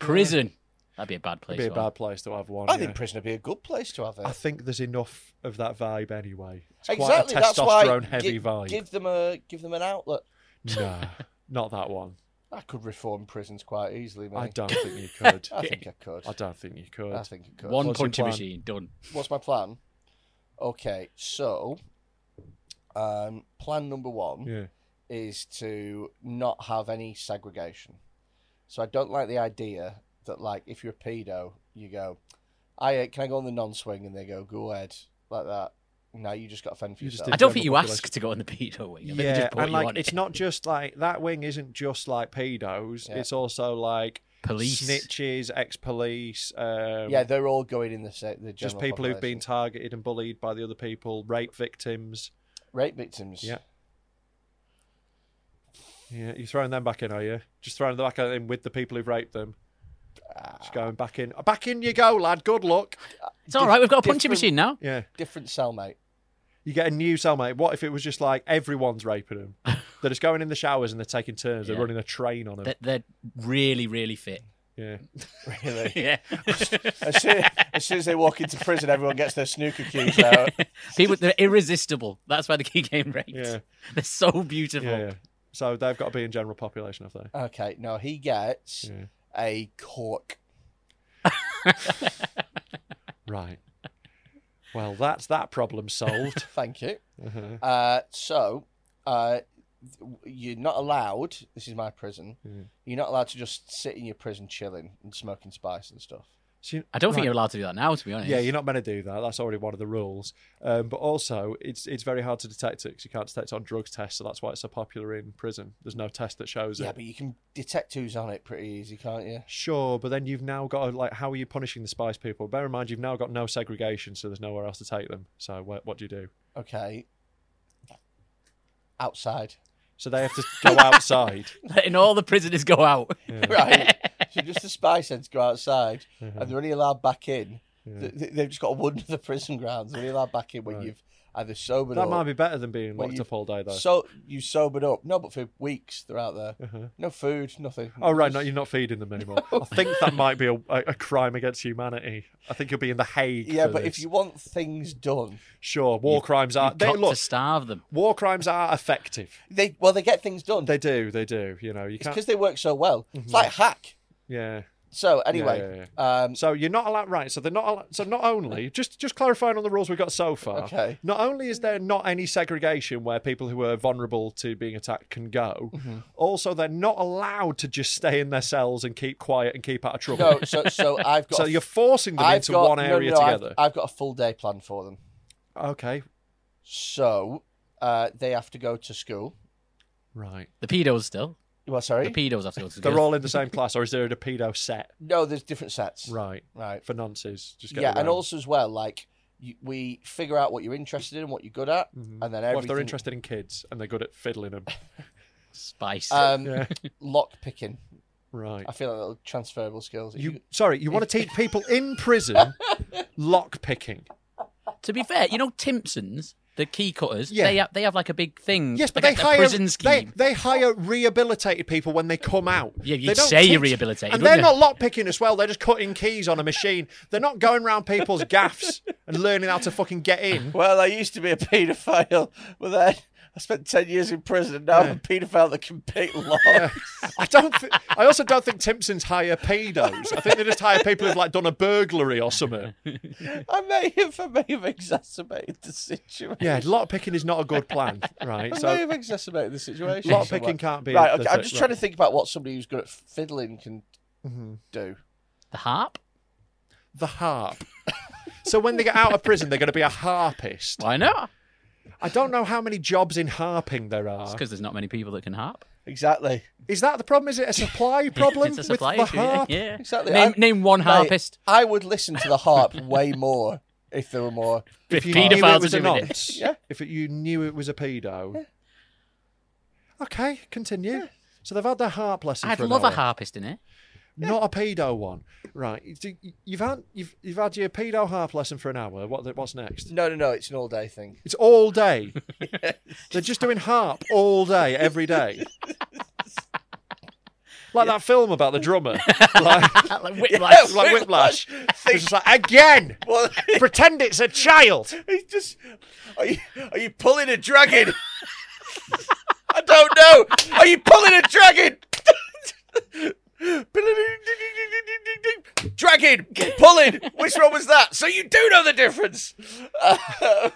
A: Prison. That'd be a bad place.
C: It'd be a
A: wouldn't
C: bad place to have one.
B: I
C: yeah.
B: think prison would be a good place to have it.
C: I think there's enough of that vibe anyway. It's
B: exactly.
C: quite a
B: that's why.
C: testosterone heavy
B: gi-
C: vibe.
B: Give them a give them an outlet.
C: Nah, not that one.
B: I could reform prisons quite easily, mate.
C: I don't think you could.
B: I think I could.
C: I don't think you could.
B: I think it
A: it?
B: could.
A: One
C: What's your
A: punching
C: plan?
A: machine done.
B: What's my plan? Okay, so um, plan number one
C: Yeah.
B: is to not have any segregation. So I don't like the idea that, like, if you're a pedo, you go, "I uh, can I go on the non-swing?" and they go, "Go ahead," like that. No, you just got to fend for
C: You just
B: yourself.
C: did
A: I don't think you
C: General
A: ask to go on the pedo wing. I think they
C: Yeah,
A: just put
C: and
A: you
C: like
A: on
C: it's
A: it.
C: not just like that wing isn't just like pedos.
B: Yeah.
C: It's also like
A: Police.
C: snitches, ex-police. Um,
B: yeah, they're all going in the sa- the
C: just
B: general
C: people who've been
B: population.
C: targeted and bullied by the other people, rape victims.
B: rape victims.
C: Yeah. Yeah, you're throwing them back in, are you? Just throwing them back in with the people who've raped them.
A: Ah.
C: Just going back in, back in you go, lad. Good luck.
A: It's all right. We've got a punching
B: different-
A: machine now.
C: Yeah,
B: different cellmate.
C: you get a new cellmate. What if it was just like everyone's raping them? they're just going in the showers and they're taking turns. They're
A: Yeah.
C: running a train on them.
A: They're, they're really, really fit.
C: yeah.
B: Really.
A: Yeah.
B: as, soon, as soon as they walk into prison, everyone gets their snooker cues out.
A: People, they're irresistible. That's why the key game raped.
C: Yeah.
A: They're so beautiful.
C: yeah, yeah. So they've got to be in general population, have they?
B: Okay, now he gets
C: Yeah.
B: a cork.
C: Right. Well, that's that problem solved.
B: Thank you.
A: Uh-huh.
B: Uh, so, uh, you're not allowed. This is my prison.
C: Mm-hmm.
B: You're not allowed to just sit in your prison chilling and smoking spice and stuff.
C: So you-
A: I don't think
C: right.
A: you're allowed to do that now, to be honest.
C: Yeah, you're not meant to do that. That's already one of the rules. Um, but also, it's it's very hard to detect it 'cause you can't detect it on drugs tests, so that's why it's so popular in prison. There's no test that shows
B: Yeah,
C: it.
B: but you can detect who's on it pretty easy, can't you?
C: Sure, but then you've now got to, like, how are you punishing the spice people? Bear in mind, you've now got no segregation, so there's nowhere else to take them. So wh- what do you do?
B: Okay. Outside.
C: So they have to go outside.
A: Letting all the prisoners go out.
B: right? So just the spy sense go outside,
C: Mm-hmm.
B: and they're only allowed back in. Th- th- They've just got to wander the prison grounds. They're only allowed back in when you've either sobered
C: that
B: up.
C: might be better than being
B: when
C: locked
B: you've
C: up all day, though.
B: So you sobered up? No, but for weeks they're out there. No food, nothing.
C: Uh-huh. Oh right, no, you're not feeding them anymore. I think that might be a, a, a crime against humanity. I think you'll be in the Hague.
B: Yeah,
C: for
B: but
C: this.
B: if you want things done,
C: sure, war crimes are
A: You've
C: they
A: got
C: look
A: to starve them.
C: war crimes are effective.
B: they well they get things done.
C: They do, they do. You know, you
B: it's
C: can't. Mm-hmm.
B: because they work so well. It's like hack.
C: yeah.
B: So anyway,
C: yeah,
B: Um,
C: So you're not allowed, right? So they're not. Allowed, so not only just just clarifying on the rules we've got so far.
B: Okay.
C: Not only is there not any segregation where people who are vulnerable to being attacked can go. Also, they're not allowed to just stay in their cells and keep quiet and keep out of trouble.
B: no, so so I've got.
C: so
B: a-
C: you're forcing them
B: I've
C: into
B: got-
C: one
B: no,
C: area
B: no, no, I've-
C: together.
B: I've got a full day plan for them.
C: Okay.
B: So uh, they have to go to school.
C: Right.
A: The pedos still.
B: Well, sorry.
A: The pedos have to go to
C: They're
A: jail.
C: all in the same class, or is there a pedo set?
B: No, there's different sets.
C: Right.
B: Right.
C: For nonces. Just get
B: yeah,
C: around.
B: and also as well, like you, we figure out what you're interested in, what you're good at,
C: Mm-hmm.
B: and then everything.
C: Well, if they're interested in kids and they're good at fiddling them.
A: spice.
C: Uh,
B: Um,
C: Yeah.
B: Lock picking.
C: Right.
B: I feel like little transferable skills. If
C: You sorry, you want to teach people in prison lock picking.
A: to be fair, you know Timpsons, the key cutters.
C: Yeah.
A: They have, they have like a big thing.
C: Yes, but
A: Mm. like
C: they
A: a, a
C: hire
A: prison
C: They,
A: scheme.
C: they hire rehabilitated people when they come out.
A: Yeah, you'd
C: They don't
A: say you're
C: teach-
A: rehabilitated,
C: And they're
A: wouldn't
C: not
A: you?
C: lock picking as well. They're just cutting keys on a machine. They're not going round people's gaffs and learning how to fucking get in.
B: Well, I used to be a paedophile, but then I spent 10 years in prison. Now I'm a paedophile that can pick locks.
C: I don't. Th- I also don't think Timpsons hire pedos. I think they just hire people who've like done a burglary or something.
B: I may have, I may have exacerbated the situation.
C: Yeah, lock picking is not a good plan, right?
B: I
C: So
B: may have exacerbated the situation.
C: Lock
B: somewhat.
C: picking can't be
B: Right,
C: a-
B: okay,
C: that's
B: I'm
C: it,
B: just
C: right. Mm-hmm.
B: trying to think about what somebody who's good at fiddling can do.
A: The harp?
C: the harp. So when they get out of prison, they're going to be a harpist.
A: Why not?
C: I don't know how many jobs in harping there
A: It's
C: are.
A: because there's not many people that can harp.
B: Exactly.
C: Is that the problem? Is it a supply problem
A: it's a supply
C: with
A: issue.
C: the harp?
A: Yeah. yeah.
B: Exactly.
A: Name,
B: I'm-
A: name one
B: Mate,
A: harpist.
B: I would listen to the harp way more if there were more.
A: If
C: you knew it
A: pedophiles are
C: was a
A: doing it.
C: nonce,
B: Yeah.
C: if it, you knew it was a pedo. Okay, continue. So they've had their harp lesson.
A: I'd
C: for an
A: love a
C: hour.
A: harpist in it.
C: not a pedo one, right? you do- You've had you've you've had your pedo harp lesson for an hour. What what's next?
B: No, no, no. It's an all day thing.
C: It's all day. They're just doing harp all day, every day. Like that film about the drummer, like,
A: like Whiplash.
C: like Whiplash. It's just like again,
B: Well,
C: pretend it's a child.
B: He's just. Are you, are you pulling a dragon? I don't know. Are you pulling a dragon? dragon pulling. Which one was that? So you do know the difference. Uh,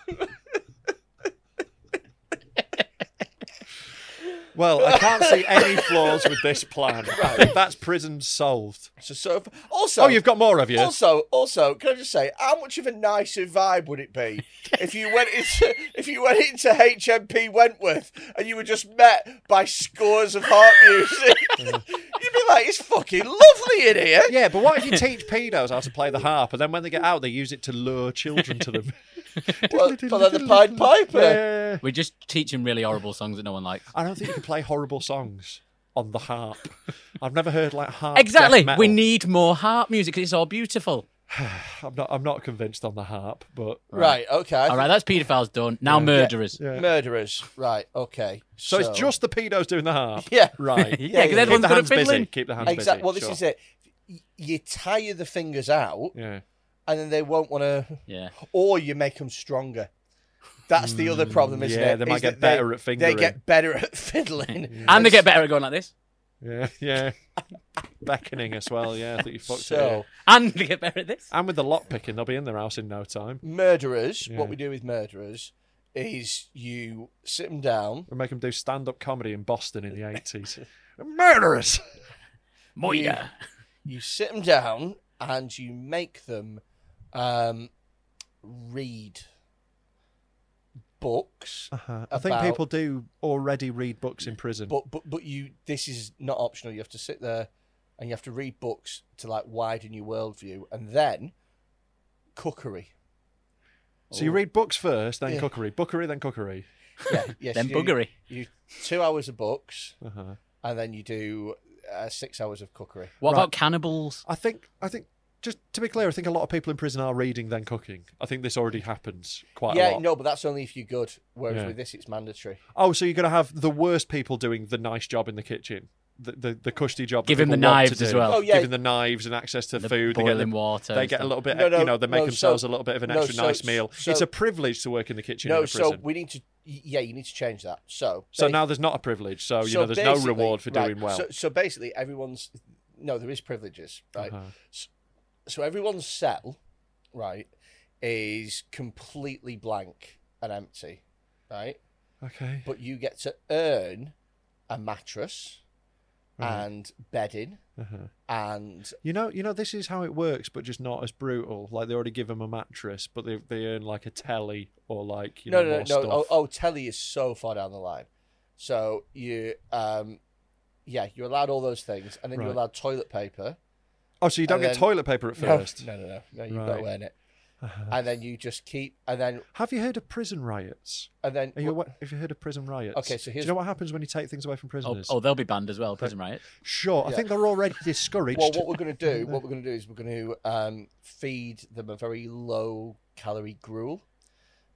C: Well, I can't see any flaws with this plan. I think that's prison solved.
B: so, so if- also,
C: Oh, you've got more of you.
B: Also, also, can I just say, how much of a nicer vibe would it be if you went into if you went into HMP Wentworth and you were just met by scores of harp music? You'd be like, it's fucking lovely in here.
C: Yeah, but what if you teach pedos how to play the harp, and then when they get out, they use it to lure children to them?
B: Well, but then the Pied Piper.
C: Yeah.
A: We just teach him really horrible songs that no one likes.
C: I don't think you can play horrible songs on the harp. I've never heard like harp. death
A: Exactly.
C: metal.
A: We need more harp music 'cause it's all beautiful.
C: I'm not. I'm not convinced on the harp, but
B: Right. Okay. I
A: All right, that's paedophiles done. Now murderers. Yeah,
B: think Murderers. Right. Okay.
C: so, it's just the pedos doing the harp.
B: Yeah.
C: Right.
A: because
B: yeah, yeah.
C: Keep
A: everyone's
C: the
A: good at
C: hands
A: fiddling.
C: busy. Keep the hands
B: exactly.
C: busy.
B: Well, this is it. Y- You tire the fingers out,
C: Yeah.
B: and then they won't want to.
A: Yeah.
B: Or you make them stronger. That's the other problem, isn't
C: Mm, yeah,
B: it?
C: they might
B: Is
C: get
B: that
C: better at
B: They
C: fingering.
B: get better at fiddling.
A: And they get better at going like this.
C: Yeah. Yeah. Beckoning as well. Yeah. I think you fucked it. yeah.
B: So,
A: And they get better at this.
C: And with the lock picking, they'll be in their house in no time.
B: murderers,
C: Yeah.
B: what we do with murderers is you sit them down.
C: We make them do stand-up comedy in Boston in the eighties. Murderers.
A: Moira.
B: You sit them down and you make them um, read books.
C: Uh-huh. I think
B: About-
C: people do already read books in prison.
B: But but but you this is not optional. You have to sit there and you have to read books to like widen your worldview and then cookery.
C: so you read books first, then
B: Oh. Yeah.
C: cookery, bookery, then cookery.
B: Yeah, yes.
A: Then
B: you-
A: boogery.
B: You two hours of books
C: Uh-huh.
B: and then you do uh, six hours of cookery.
A: What
C: Right.
A: about cannibals?
C: I think I think just to be clear, I think a lot of people in prison are reading then cooking. I think this already happens quite a
B: yeah,
C: lot.
B: no, but that's only if you're good. Whereas
C: Yeah.
B: with this, it's mandatory.
C: Oh, so you're gonna have the worst people doing the nice job in the kitchen. The the, the cushy job. that
A: Give him
C: people
A: the
C: want to
A: knives as
C: do.
A: well.
B: Oh, yeah.
C: Giving the knives and access to
A: The
C: food. They get
A: boiling water
C: They
A: and
C: get a
A: stuff.
C: little bit.
B: No, no,
C: you know, they make
B: no,
C: themselves a
B: so-
C: little bit of an
B: no,
C: extra
B: so-
C: nice meal.
B: so-
C: it's a privilege to work in the kitchen in
B: no,
C: a prison.
B: so we need to. y- Yeah, you need to change that. So
C: So
B: basi-
C: now there's not a privilege. So you
B: so
C: know, there's no
B: basically-
C: reward for
B: right,
C: doing well.
B: So, so basically, everyone's no, there is privileges, right?
C: Uh-huh.
B: S- So, everyone's cell, right, is completely blank and empty, right?
C: okay.
B: But you get to earn a mattress
C: Uh-huh.
B: and bedding and
C: You know, you know, this is how it works, but just not as brutal. Like they already give them a mattress, but they they earn like a telly or like you
B: no,
C: know
B: no, Oh,
C: more
B: no, no.
C: stuff.
B: Oh, oh, telly is so far down the line. So you, um, Yeah, you're allowed all those things, and then you're
C: Right.
B: allowed toilet paper.
C: Oh, so you don't
B: and
C: get
B: then-
C: toilet paper at
B: No,
C: first.
B: No, no, no, no. You've got to
C: Right.
B: earn it, and then you just keep, and then,
C: Have you heard of prison riots?
B: and then.
C: Are you, awa- have you heard of prison riots?
B: Okay, so
C: Do
B: here's-
C: you know what happens when you take things away from
A: Oh,
C: prisoners?
A: oh, they'll be banned as well, prison riot.
C: sure. I
B: yeah.
C: think they're already discouraged.
B: Well, what we're going to do, what we're going to do is we're going to um, feed them a very low calorie gruel.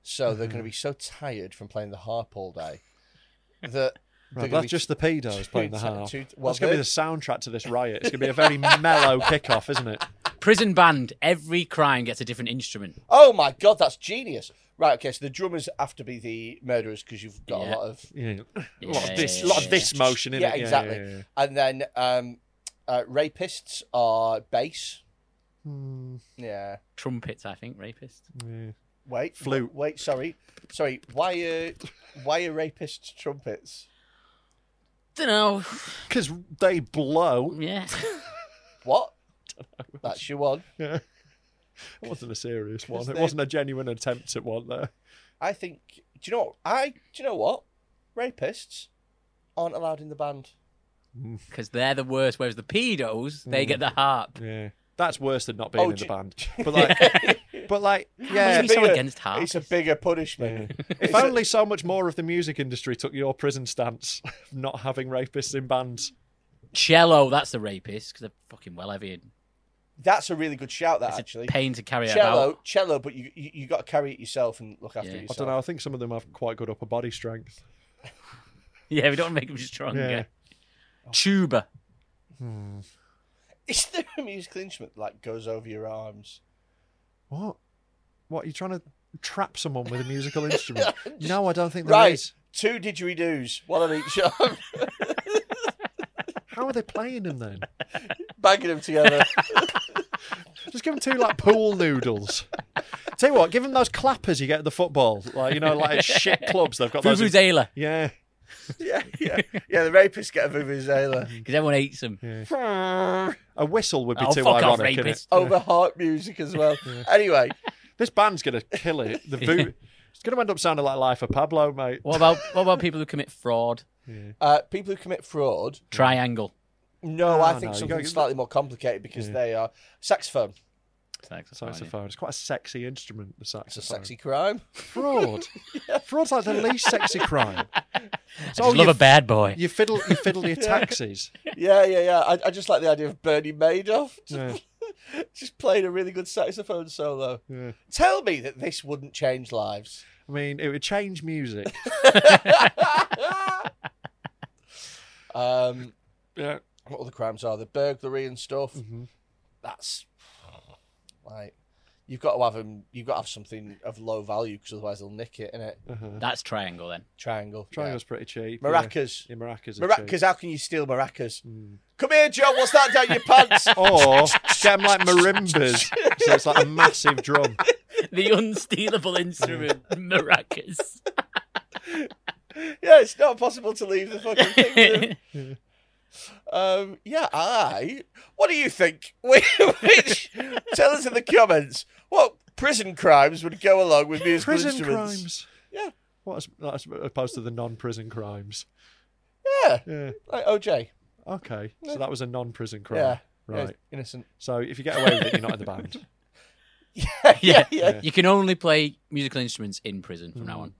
B: So they're going to be so tired from playing the harp all day that they're
C: Right,
B: gonna
C: that's
B: be
C: just the pedos
B: too
C: playing the
B: ti-
C: harp.
B: too- well,
C: that's going to be
B: they're-
C: the soundtrack to this riot. It's going to be a very mellow kickoff, isn't it?
A: Prison band. Every crime gets a different instrument.
B: Oh my god, that's genius! Right, okay, so the drummers have to be the murderers because you've got
A: Yeah.
B: a lot of
C: Yeah.
A: Yeah,
C: lot of this,
A: yeah,
C: lot
A: yeah.
C: of this motion in
B: yeah,
C: it.
B: exactly.
C: yeah, yeah.
B: And then um, uh, rapists are bass.
C: Hmm,
B: Yeah.
A: Trumpets, I think. Rapist.
C: yeah.
B: Wait, w-
C: Flute.
B: Wait, sorry, sorry. Why are why are rapists trumpets?
A: Don't know.
C: Because they blow.
A: Yeah.
B: What? That's your one.
C: Yeah. It wasn't a serious one. It
B: they-
C: wasn't a genuine attempt at one there.
B: I think. Do you know? what- I do you know what? Rapists aren't allowed in the band.
A: Because they're the worst. Whereas the pedos, they get the harp.
C: Yeah. That's worse than not being
B: Oh,
C: in
B: do-
C: the band. But like, but like, yeah.
A: Must be so against harp.
B: It's a bigger punishment.
C: If only so much more of the music industry took your prison stance, of not having rapists in bands.
A: Cello, that's the rapist because they're fucking well heavy. and
B: That's a really good shout. That
A: It's
B: actually.
A: a pain to carry
B: cello,
A: about.
B: cello, but you you, you got to carry it yourself and look after
A: Yeah.
B: it
C: I
B: yourself.
C: don't know. I think some of them have quite good upper body strength.
A: Yeah, we don't want to make them stronger.
C: Yeah.
A: Tuba.
B: Is there a musical instrument that like goes over your arms?
C: What? What? Are you trying to trap someone with a musical instrument? no, I don't think there is.
B: Right, two didgeridoos, one on each arm,
C: How are they playing them then?
B: banging them together.
C: Just give them two like pool noodles. Tell you what, give them those clappers you get at the football. Like you know, like at shit clubs. They've got those. in-
A: Vuvuzela.
C: Yeah.
B: yeah, yeah, yeah. The rapists get a vuvuzela
A: Because everyone hates them.
C: A whistle would be
A: Oh,
C: too
A: fuck off,
C: ironic. innit?
A: rapist.
B: over harp music as well. Anyway,
C: This band's gonna kill it. The voo- it's gonna end up sounding like Life of Pablo, mate.
A: What about what about people who commit fraud?
B: uh, people who commit fraud.
A: Triangle.
B: No, I
C: No,
B: think
C: no, you
B: something
C: gotta-
B: slightly more complicated because they are saxophone.
C: Saxophone. It's quite a sexy instrument. The saxophone.
B: It's a sexy crime.
C: fraud. Fraud's like the least sexy crime. oh,
A: I just love a bad boy.
C: You fiddle, you fiddle your taxes.
B: Yeah, yeah, yeah. I, I just like the idea of Bernie Madoff
C: Yeah.
B: just, just playing a really good saxophone solo. Tell me that this wouldn't change lives.
C: I mean, it would change music.
B: Um,
C: Yeah.
B: what other crimes are there? Burglary and stuff.
C: Mm-hmm.
B: That's like you've got to have 'em- You've got to have something of low value because otherwise they'll nick it. In it,
A: That's triangle then.
B: triangle.
C: Triangle's Uh-huh. pretty cheap. yeah.
B: Maracas.
C: Yeah, maracas. are cheap.
B: Maracas, how can you steal maracas?
C: Mm.
B: Come here, Joe, what's that down your pants?
C: Or get 'em like marimbas. so it's like a massive drum.
A: The unstealable instrument, maracas.
B: yeah, it's not possible to leave the fucking thing. to them. Um, yeah, I. What do you think? Which, tell us in the comments what prison crimes would go along with musical
C: Prison
B: instruments.
C: crimes.
B: Yeah.
C: What as, like, as opposed to the non-prison crimes.
B: Yeah,
C: Yeah.
B: like OJ.
C: Okay. So that was a non-prison crime.
B: Yeah. Yeah,
C: Right.
B: innocent.
C: So if you get away with it, you're not in the band.
A: yeah.
B: yeah.
A: You can only play musical instruments in prison from now on.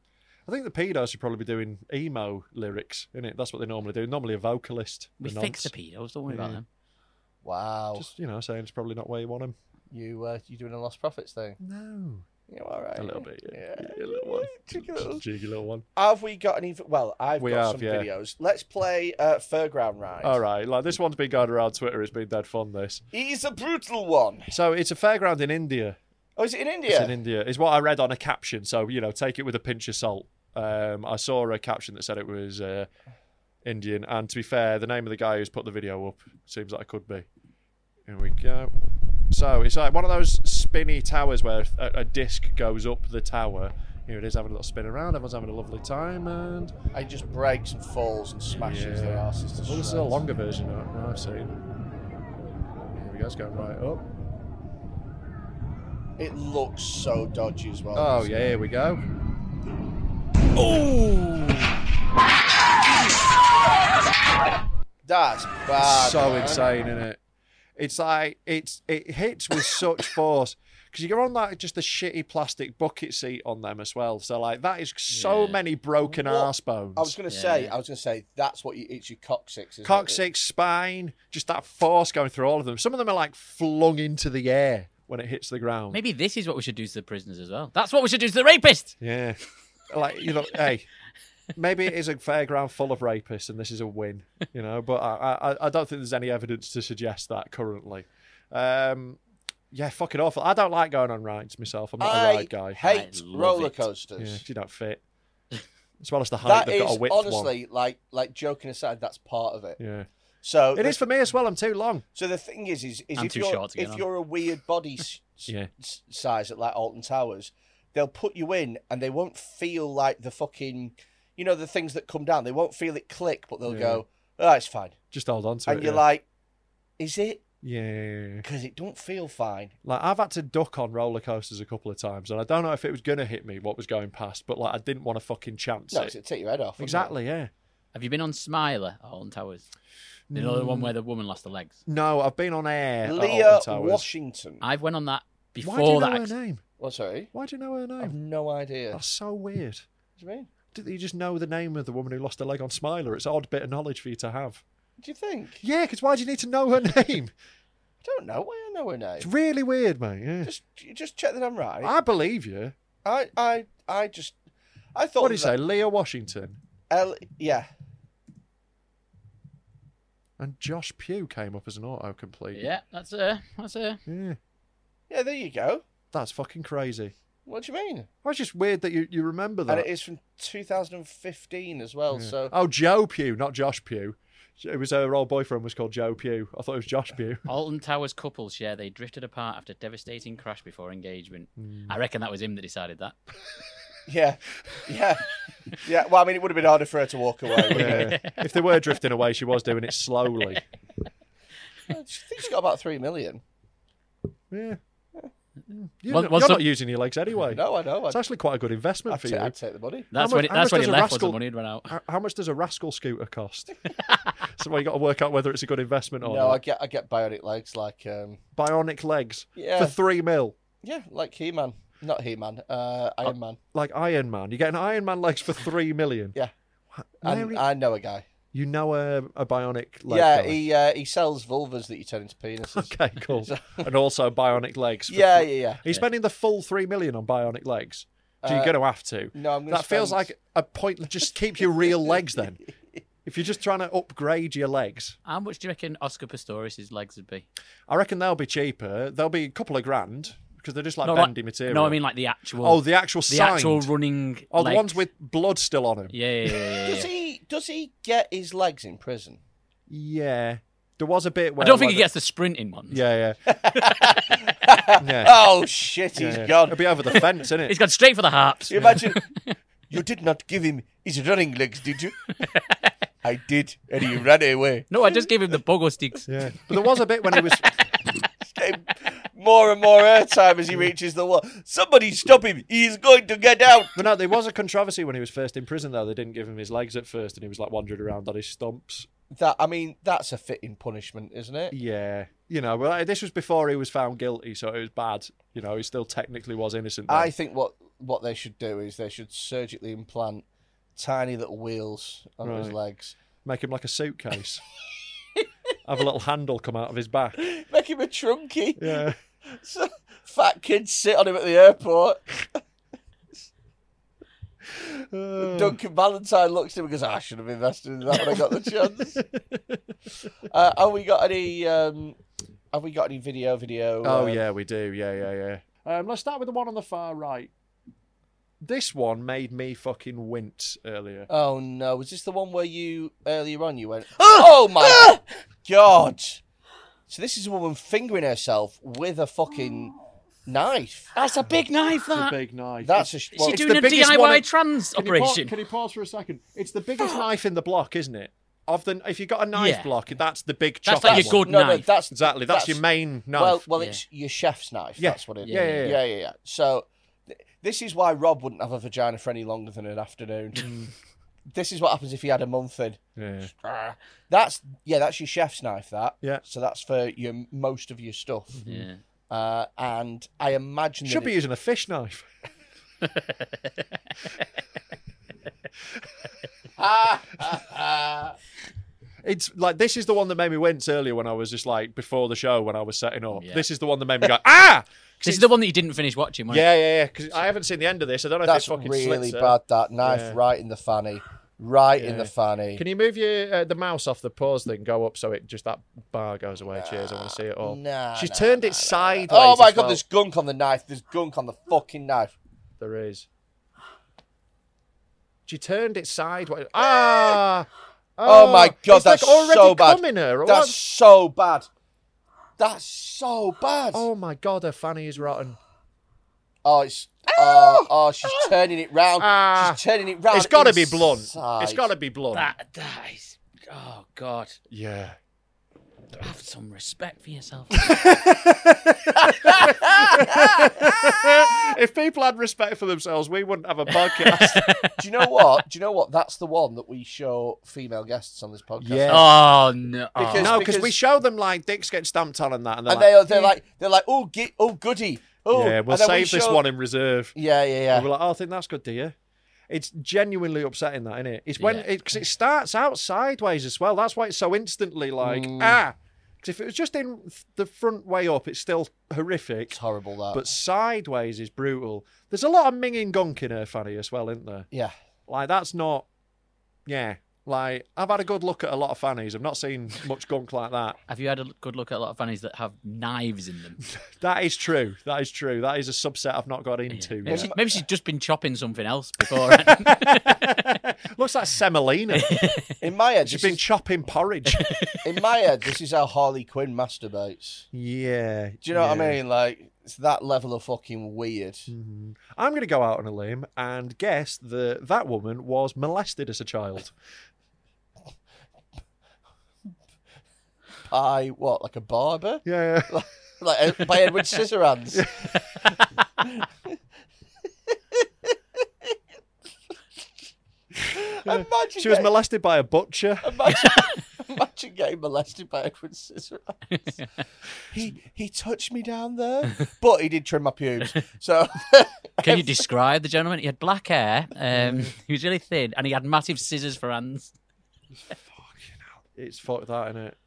C: I think the pedos should probably be doing emo lyrics, innit? That's what they normally do. Normally a vocalist.
A: We
C: the
A: fix the
C: nonce.
A: pedos, don't worry about them.
B: Wow.
C: Just, you know, saying it's probably not where you want them.
B: You, uh, you doing a lost profits thing?
C: No.
B: You all right?
C: A little bit. Yeah.
B: Yeah.
C: A little one.
B: Cheeky little-
C: Jiggy little one.
B: Have we got any? Well, I've
C: We
B: got
C: have,
B: some
C: yeah.
B: videos. Let's play uh, Fairground Ride.
C: All right. Like this one's been going around Twitter. It's been dead fun, this.
B: He's a brutal one.
C: So it's a fairground in India.
B: Oh, is it in India?
C: It's in India. Is what I read on a caption. So you know, take it with a pinch of salt. Um, I saw a caption that said it was uh, Indian, and to be fair, the name of the guy who's put the video up seems like it could be. Here we go. So it's like one of those spinny towers where a, a disc goes up the tower. Here it is, having a little spin around. Everyone's having a lovely time, and
B: It just breaks and falls and smashes their asses to
C: well, this is a
B: shreds.
C: longer version of it that I've seen. Here we go. It's going right
B: Oh,
C: up.
B: It looks so dodgy as well.
C: Oh
B: doesn't
C: yeah, here we go.
B: it? That's bad.
C: so
B: man.
C: insane, isn't it? It's like it's it hits with such force because you're on like just the shitty plastic bucket seat on them as well. So like that is so
A: Yeah.
C: many broken
B: What-
C: arse bones.
B: I was gonna
A: Yeah.
B: say. I was gonna say that's what you, it's your coccyx. Isn't It?
C: Coccyx, spine, just that force going through all of them. Some of them are like flung into the air when it hits the ground.
A: Maybe this is what we should do to the prisoners as well. That's what we should do to the rapist.
C: Yeah, like you know, hey, maybe it is a fairground full of rapists, and this is a win, you know. But I, I, I don't think there's any evidence to suggest that currently. Um, yeah, fucking awful. I don't like going on rides myself. I'm not a
B: I
C: ride guy.
B: hate
A: I love
B: roller
A: it.
B: coasters.
C: Yeah, if you don't fit, as well as the height,
B: That
C: they've got
B: is
C: a width one.
B: honestly like like joking aside. That's part of it.
C: Yeah,
B: So
C: it
B: the,
C: is for me as well. I'm too long.
B: So the thing is, is, is
A: I'm
B: if
A: too
B: you're
A: short to get
B: if
A: on.
B: you're a weird body s- s-
C: Yeah.
B: s- size at like Alton Towers, they'll put you in and they won't feel like the fucking, you know, the things that come down. They won't feel it click, but they'll
C: Yeah.
B: go, "Oh, it's fine,"
C: Just hold on to
B: and
C: it.
B: you're
C: yeah.
B: like, "Is it?"
C: yeah.
B: Because it don't feel fine.
C: Like I've had to duck on roller coasters a couple of times, and I don't know if it was gonna hit me what was going past, but like I didn't want to fucking chance
B: No,
C: it.
B: it'll take your head off. wouldn't it?
C: Exactly. Yeah. Mm.
A: Have you been on Smiler at Holland Towers? You know the one where the woman lost her legs.
C: No, I've been on air.
B: Leah
C: at Alton Towers.
B: Washington.
A: I've went on that
C: Why do you
A: before
C: know
A: that.
C: her name?
B: What? Sorry,
C: Why do you know her
B: I've
C: name?
B: no idea.
C: That's so weird.
B: What do you mean?
C: Did you just know the name of the woman who lost her leg on Smiler? It's an odd bit of knowledge for you to have.
B: What do you think?
C: Yeah, because why do you need to know her name?
B: I don't know. Why I know her name?
C: It's really weird, mate. Yeah.
B: Just, just check that I'm right.
C: I believe you.
B: I, I, I just, I thought.
C: What do you say,
B: that-
C: Leah Washington
B: L, yeah.
C: and Josh Pugh came up as an autocomplete?
A: Yeah, that's her. That's her.
C: Yeah.
B: Yeah, there you go.
C: That's fucking crazy.
B: What do you mean?
C: Well, it's just weird that you, you remember that.
B: And it is from 2015 as well.
C: Yeah.
B: So
C: Oh, Joe Pugh, not Josh Pugh. It was her old boyfriend was called Joe Pugh. I thought it was Josh Pugh.
A: Alton Towers couple share they drifted apart after devastating crash before engagement. I reckon that was him that decided that.
B: yeah, yeah, yeah. Well, I mean, it would have been harder for her to walk away. wouldn't it?
C: Yeah. if they were drifting away, she was doing it slowly.
B: I think she's got about three million.
C: Yeah. You're,
A: Well-
C: not,
A: well,
C: you're
A: so-
C: not using your legs anyway.
B: No, I know.
C: It's
B: I'd,
C: actually quite a good investment
B: I'd,
C: for
B: ta-
C: you.
B: I'd take the money.
A: That's
C: much-
A: when it,
C: how
A: that's
C: much
A: when
C: does
A: he
C: a
A: left
C: rascal-
A: when the money had run out.
C: How, how much does a rascal scooter cost? so well, you got to work out whether it's a good investment or
A: Oh.
B: No, I
C: not.
B: get, I get bionic legs like, um,
C: Bionic legs
B: Yeah.
C: for three mil.
B: yeah, like He Man, not He Man, uh, Iron Man.
C: Like Iron Man. You get an Iron Man legs for three million.
B: Yeah.
C: Where
B: And
C: are-
B: I know a guy.
C: you know a, a bionic leg.
B: yeah,
C: guy?
B: he uh, he sells vulvas that you turn into penises.
C: Okay, cool. and also bionic legs. for
B: Yeah,
C: three-
B: yeah, yeah.
C: Are you spending the full three million on bionic legs? So you're
B: Uh,
C: going to have to.
B: no, I'm gonna
C: That feels
B: spend-
C: like a point. Just keep your real legs then. If you're just trying to upgrade your legs,
A: How much do you reckon Oscar Pistorius's legs would be?
C: I reckon they'll be cheaper. They'll be a couple of grand because they're just like
A: no,
C: bendy
A: like-
C: material.
A: No, I mean like the actual.
C: oh, the actual
A: the
C: signed.
A: actual running.
C: Oh, the
A: legs.
C: ones with blood still on them.
A: Yeah, yeah, yeah. yeah,
B: Does
A: yeah.
B: he does he get his legs in prison?
C: Yeah. There was a bit
A: I
C: where
A: don't think he
C: like
A: gets the sprinting ones.
C: the- Yeah, yeah. Yeah.
B: Oh shit,
C: yeah,
B: he's
C: yeah.
B: gone.
C: It'll be over the fence, isn't
A: He's
C: it?
A: gone straight for the harps.
B: You Imagine you did not give him his running legs, did you? I did, and he ran away.
A: No, I just gave him the pogo sticks.
C: Yeah. But there was a bit when he was
B: Getting More and more airtime as he reaches the wall. Somebody stop him! He's going to get out.
C: But no, there was a controversy when he was first in prison, though. They didn't give him his legs at first, and he was like wandering around on his stumps.
B: That I mean, that's a fitting punishment, isn't it?
C: Yeah. You know, but like, this was before he was found guilty, so it was bad. You know, he still technically was innocent. then.
B: I think what what they should do is they should surgically implant tiny little wheels on his
C: Right.
B: legs.
C: Make him like a suitcase. Have a little handle come out of his back.
B: Make him a trunky.
C: Yeah.
B: So fat kids sit on him at the airport. Duncan Valentine looks at him and goes, I should have invested in that when I got the chance. uh, have we got any? Um, have we got any video? Video?
C: Oh
B: um,
C: yeah, we do. Yeah, yeah, yeah. Um, let's start with the one on the far right. This one made me fucking wince earlier.
B: Oh no! Was this the one where you earlier on you went?
A: Ah!
B: oh my god! So this is a woman fingering herself with a fucking knife.
A: Oh. That's a big knife.
C: It's a
A: That.
C: big knife.
B: That's a sh-
A: Is
B: well,
A: she
B: it's
A: doing
C: the
A: a
C: biggest
A: DIY
C: one in-
A: trans
C: Can you pa-
A: operation?
C: can you pause for a second? It's the biggest knife in the block, isn't it? Of the, if you've got a knife
A: Yeah.
C: block, that's the big
A: That's
C: chopping
A: like your
C: one.
A: good
B: no, no,
A: knife.
B: that's
C: Exactly, that's, your main knife.
B: Well, well,
A: Yeah.
B: it's your chef's knife.
C: Yeah.
B: That's what it is.
C: Yeah, yeah, yeah.
B: yeah, yeah,
C: Mm.
B: yeah. So th- this is why Rob wouldn't have a vagina for any longer than an afternoon. This is what happens if you had a month in.
C: Yeah.
B: Ah. That's yeah, that's your chef's knife. That
C: Yeah.
B: So that's for your most of your stuff.
A: Yeah.
B: Uh, and I imagine
C: Should
B: that
C: be
B: it-
C: using a fish knife. It's like this is the one that made me wince earlier when I was just like before the show when I was setting up.
A: Yeah.
C: This is the one that made me go ah. 'Cause
A: This
C: it's-
A: is the one that you didn't finish watching, wasn't
C: Yeah, yeah, yeah. Because I haven't seen the end of this. I don't know
B: that's
C: if this fucking
B: really
C: slits it.
B: bad. That knife
C: Yeah.
B: right in the fanny, right in the
C: Yeah.
B: fanny.
C: Can you move your uh, the mouse off the pause thing? Go up so it just that bar goes away. Cheers. I want to see it all.
B: nah,
C: She's
B: nah,
C: turned it sideways.
B: oh my
C: as
B: god,
C: well.
B: there's gunk on the knife. There's gunk on the fucking knife.
C: There is. She turned it sideways. Ah!
B: Oh, my god,
C: it's
B: that's
C: like already
B: so bad.
C: Coming her. or
B: that's
C: what?
B: so bad. That's so bad. Oh,
C: Oh my god, her fanny is rotten.
B: it's oh, oh, she's turning it round.
C: Ah.
B: she's turning it round.
C: It's got to be blunt. It's
B: inside.
C: got to be blunt.
A: That, that is. Oh, God.
C: Yeah.
A: Have some respect for yourself.
C: if people had respect for themselves, we wouldn't have a podcast.
B: Do you know what? Do you know what? That's the one that we show female guests on this podcast.
C: Yeah.
A: oh, no. Oh.
B: Because-
C: no, because we show them like dicks get stamped on and that, and they're
B: and
C: like,
B: they are, they're like they're like oh gi- oh goody oh
C: "Yeah, we'll
B: and then we
C: save this
B: show-
C: one in reserve."
B: yeah yeah yeah
C: And we're like, "Oh, I think that's good, do you?" It's genuinely upsetting that, isn't it? It's when
A: Yeah.
C: because it, 'cause it starts out sideways as well. That's why it's so instantly like ah. Because if it was just in th- the front way up, it's still horrific.
B: it's horrible that
C: But sideways is brutal. There's a lot of minging gunk in her fanny as well, isn't there?
B: yeah
C: Like that's not. Yeah. Like I've had a good look at a lot of fannies. I've not seen much gunk like that.
A: Have you had a good look at a lot of fannies that have knives in them?
C: That is true. That is true. That is a subset I've not got into.
A: Maybe, she-
C: yet.
A: maybe she's just been chopping something else before.
C: Looks like semolina.
B: in my head
C: She's
B: this
C: been
B: is,
C: chopping porridge.
B: in my head this is how Harley Quinn masturbates
C: yeah.
B: do you know what
C: yeah. Hmm.
B: I mean like it's that level of fucking weird
C: Mm-hmm. I'm going to go out on a limb and guess that that woman was molested as a child.
B: by what like a barber
C: Yeah.
B: like uh, by Edward Scissorhands imagine
C: she was
B: getting-
C: molested by a butcher.
B: Imagine, imagine getting molested by Edward Scissorhands. he he touched me down there, but he did trim my pubes. So
A: Can you describe the gentleman? He had black hair. Um, he was really thin, and he had massive scissors for hands.
C: It's fucked that, isn't it?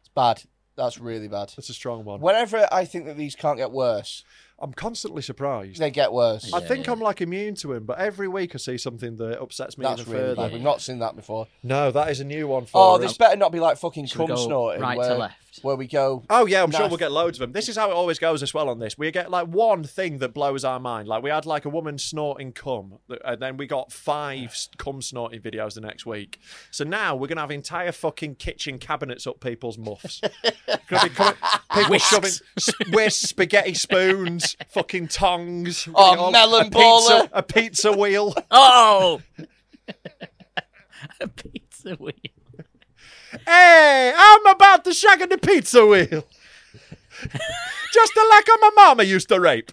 B: it's bad. That's really bad.
C: That's a strong one.
B: Whenever I think that these can't get worse,
C: I'm constantly surprised.
B: they get worse.
C: I think I'm like immune to him, but every week I see something that upsets me
B: That's
C: even
B: really
C: further.
B: bad. We've not seen that before.
C: No, that is a new one for
B: Oh,
C: us.
B: this better not be like fucking
A: Should we
B: cum
A: go
B: snorting.
A: right to
B: where,
A: left?
B: Where we go.
C: Oh yeah, I'm sure
B: Nice.
C: we'll get loads of them. This is how it always goes as well on this. We get like one thing that blows our mind. Like we had like a woman snorting cum, that- and then we got five s- cum snorting videos the next week. So now we're gonna have entire fucking kitchen cabinets up people's muffs. gonna be coming, people
A: Whisks.
C: shoving s- whisks, spaghetti spoons, fucking tongs.
B: Oh,
C: you know,
B: melon
C: a pizza,
B: baller.
C: a pizza wheel.
A: Oh, a pizza wheel.
C: Hey, I'm about to shag on the pizza wheel. Just like how my mama used to rape.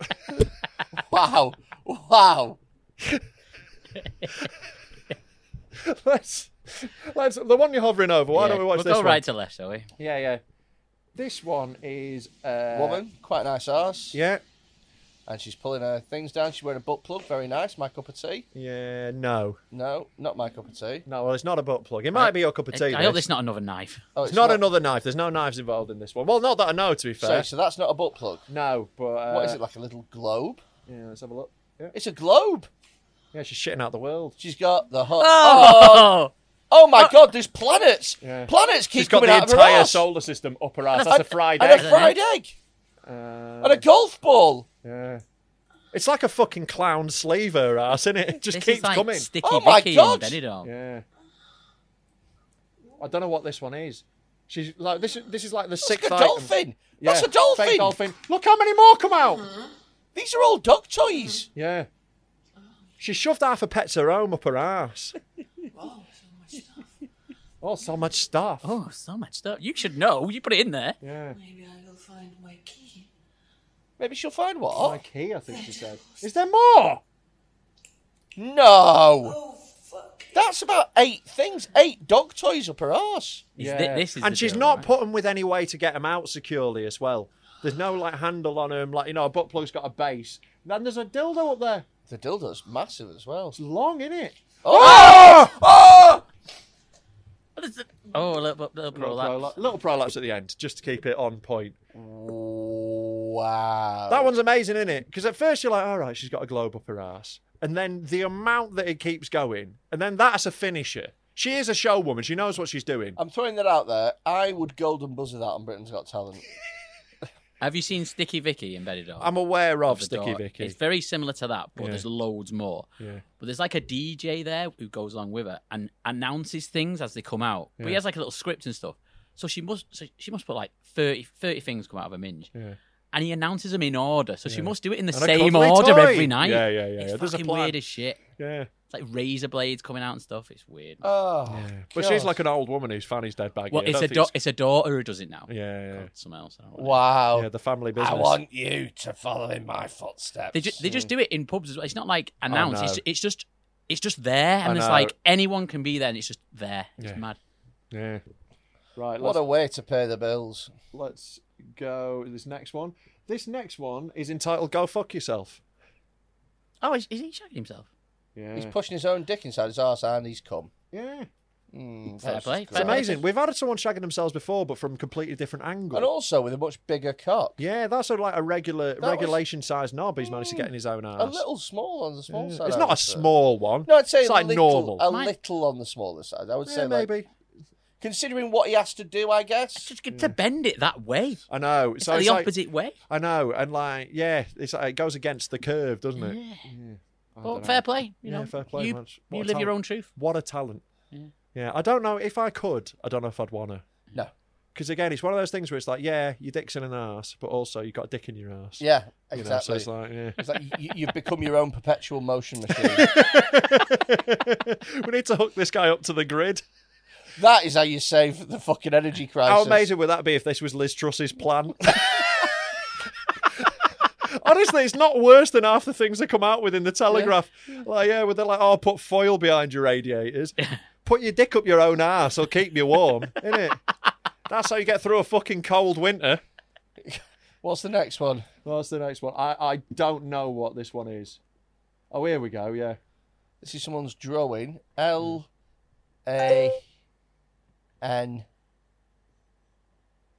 B: Wow. Wow.
C: let's let's the one you're hovering over. Why
A: Yeah,
C: don't we watch
A: we'll
C: this
A: go
C: one?
A: right to left, shall we?
C: Yeah, yeah. This one is uh,
B: Woman, quite nice ass.
C: Yeah,
B: And she's pulling her things down. She's wearing a butt plug. Very nice. My cup of tea.
C: yeah. No,
B: No, not my cup of tea.
C: no. Uh, Well, it's not a butt plug. It might be your cup of tea.
A: I hope there's not another knife.
B: Oh,
C: It's not, another knife. There's no knives involved in this one. Well, not that I know. To be
B: So,
C: fair,
B: so that's not a butt plug.
C: no. But uh,
B: what is it like a little globe?
C: Yeah, let's have a look. Yeah,
B: It's a globe.
C: yeah. She's shitting out the world.
B: She's got the hot. Oh,
A: Oh,
B: oh my God! There's planets.
C: Yeah.
B: Planets keep
C: She's got
B: coming
C: the
B: out of her
C: entire
B: ass.
C: solar system up her ass. That's a fried
B: and
C: egg.
B: a fried egg
C: Uh,
B: and a golf ball.
C: yeah. It's like a fucking clown sleeve her ass, isn't it? It just
A: this
C: keeps
A: is like
C: coming.
A: Sticky
B: Oh my
A: Vicky
B: God.
A: and Benidorm.
C: Yeah. I don't know what this one is. She's like this. is- This is like the
B: That's
C: sixth
B: like a
C: item.
B: dolphin.
C: Yeah,
B: That's a
C: fake
B: dolphin. Mm-hmm.
C: dolphin. Look how many more come out.
B: These are all dog toys.
C: Yeah. She shoved half a pet's her home up her ass. oh, so much stuff. Oh,
A: Oh,
C: so much stuff.
A: so much stuff. You should know. You put it in there.
C: Yeah.
B: Maybe she'll find what?
C: Oh My key, I think she said. Is there more?
B: No. That That's about eight things. Eight dog toys up her arse.
A: Is thi- this is the
C: and she's
A: deal,
C: not
A: right?
C: put them with any way to get them out securely as well. There's no like handle on them, like you know, a butt plug's got a base. Then there's a dildo up there.
B: The dildo's massive as well.
C: It's long, isn't it?
B: Oh! Oh!
A: Oh, a little, little, little
C: Little
A: prolapse.
C: prolapse. little prolapse at the end, just to keep it on point.
B: Wow.
C: That one's amazing, isn't it? Because at first you're like, all right, she's got a globe up her ass. And then the amount that it keeps going, and then that's a finisher. She is a showwoman. She knows what she's doing.
B: I'm throwing that out there. I would golden buzzer that on Britain's Got Talent.
A: Have you seen Sticky Vicky in Bedded Dog?
C: I'm aware of
A: the
C: Sticky
A: dog.
C: Vicky.
A: It's very similar to that, but
C: Yeah.
A: there's loads more.
C: Yeah.
A: But there's like a DJ there who goes along with her and announces things as they come out. But he
C: Yeah.
A: has like a little script and stuff. So she must so she must put like 30, 30 things come out of a minge.
C: Yeah.
A: And he announces them in order. So she
C: Yeah.
A: must do it in the
C: And a
A: same
C: cuddly
A: order
C: toy.
A: every night.
C: Yeah, yeah, yeah,
A: It's
C: yeah. There's a
A: fucking
C: plan.
A: weird as shit.
C: Yeah.
A: It's like razor blades coming out and stuff. It's weird.
B: Oh,
C: But she's like an old woman who's fanny's dead baggy.
A: well,
C: I
A: it's
C: don't
A: a
C: think
A: da- it's a daughter who does it now.
C: Yeah, yeah.
A: God, someone else. I don't know.
B: wow.
C: Yeah, the family business.
B: I want you to follow in my footsteps.
A: They just they just do it in pubs as well. It's not like announced. it's,
C: Oh, no.
A: it's just it's just there, and
C: I
A: it's
C: know.
A: like anyone can be there, and it's just there. It's
C: Yeah.
A: mad.
C: Yeah. Right,
B: What
C: let's,
B: a way to pay the bills.
C: let's go with this next one. This next one is entitled Go Fuck Yourself.
A: Oh, is, is he shagging himself?
C: Yeah.
B: He's pushing his own dick inside his arse and he's come.
C: yeah.
B: Mm,
A: Fair
B: that's
A: play, fair
B: just
C: It's
B: gross.
A: play.
C: amazing. We've had someone shagging themselves before, but from a completely different angle.
B: And also with a much bigger cock.
C: yeah, that's a, like a regular
B: was-
C: regulation sized knob he's managed to get in his own ass.
B: A little small on the small
C: Yeah.
B: side.
C: It's
B: I
C: not a
B: would say.
C: small one.
B: No, I'd say
C: it's
B: a
C: like
B: little,
C: normal.
B: A
A: Mine-
B: little on the smaller side. I would
C: Yeah,
B: say like-
C: maybe.
B: considering what he has to do, I guess.
A: Just get to bend it that way.
C: I know.
A: It's
C: so
A: like
C: it's
A: the
C: like-
A: opposite way.
C: I know, and like, yeah, it's like, it goes against the curve, doesn't it? Yeah. I
A: Well,
C: dunno.
A: fair play. You
C: Yeah,
A: know,
C: fair play,
A: You,
C: man. What
A: you
C: a
A: live your
C: talent.
A: own truth.
C: What a talent. Yeah. I don't know if I could. I don't know if I'd want to.
B: No.
C: Because again, it's one of those things where it's like, yeah, your dick's in an ass, but also you've got a dick in your ass.
B: Yeah,
C: You
B: exactly.
C: know, so it's like, yeah.
B: It's like you, you've become your own perpetual motion machine.
C: we need to hook this guy up to the grid.
B: that is how you save the fucking energy crisis.
C: How amazing would that be if this was Liz Truss's plan? Honestly, it's not worse than half the things that come out with in the Telegraph. Like, yeah, where they're like, oh, put foil behind your radiators. Put your dick up your own arse, it'll keep you warm, innit? That's how you get through a fucking cold winter.
B: What's the next one?
C: What's the next one? I, I don't know what this one is. Oh, here we go, yeah.
B: This is someone's drawing. L A N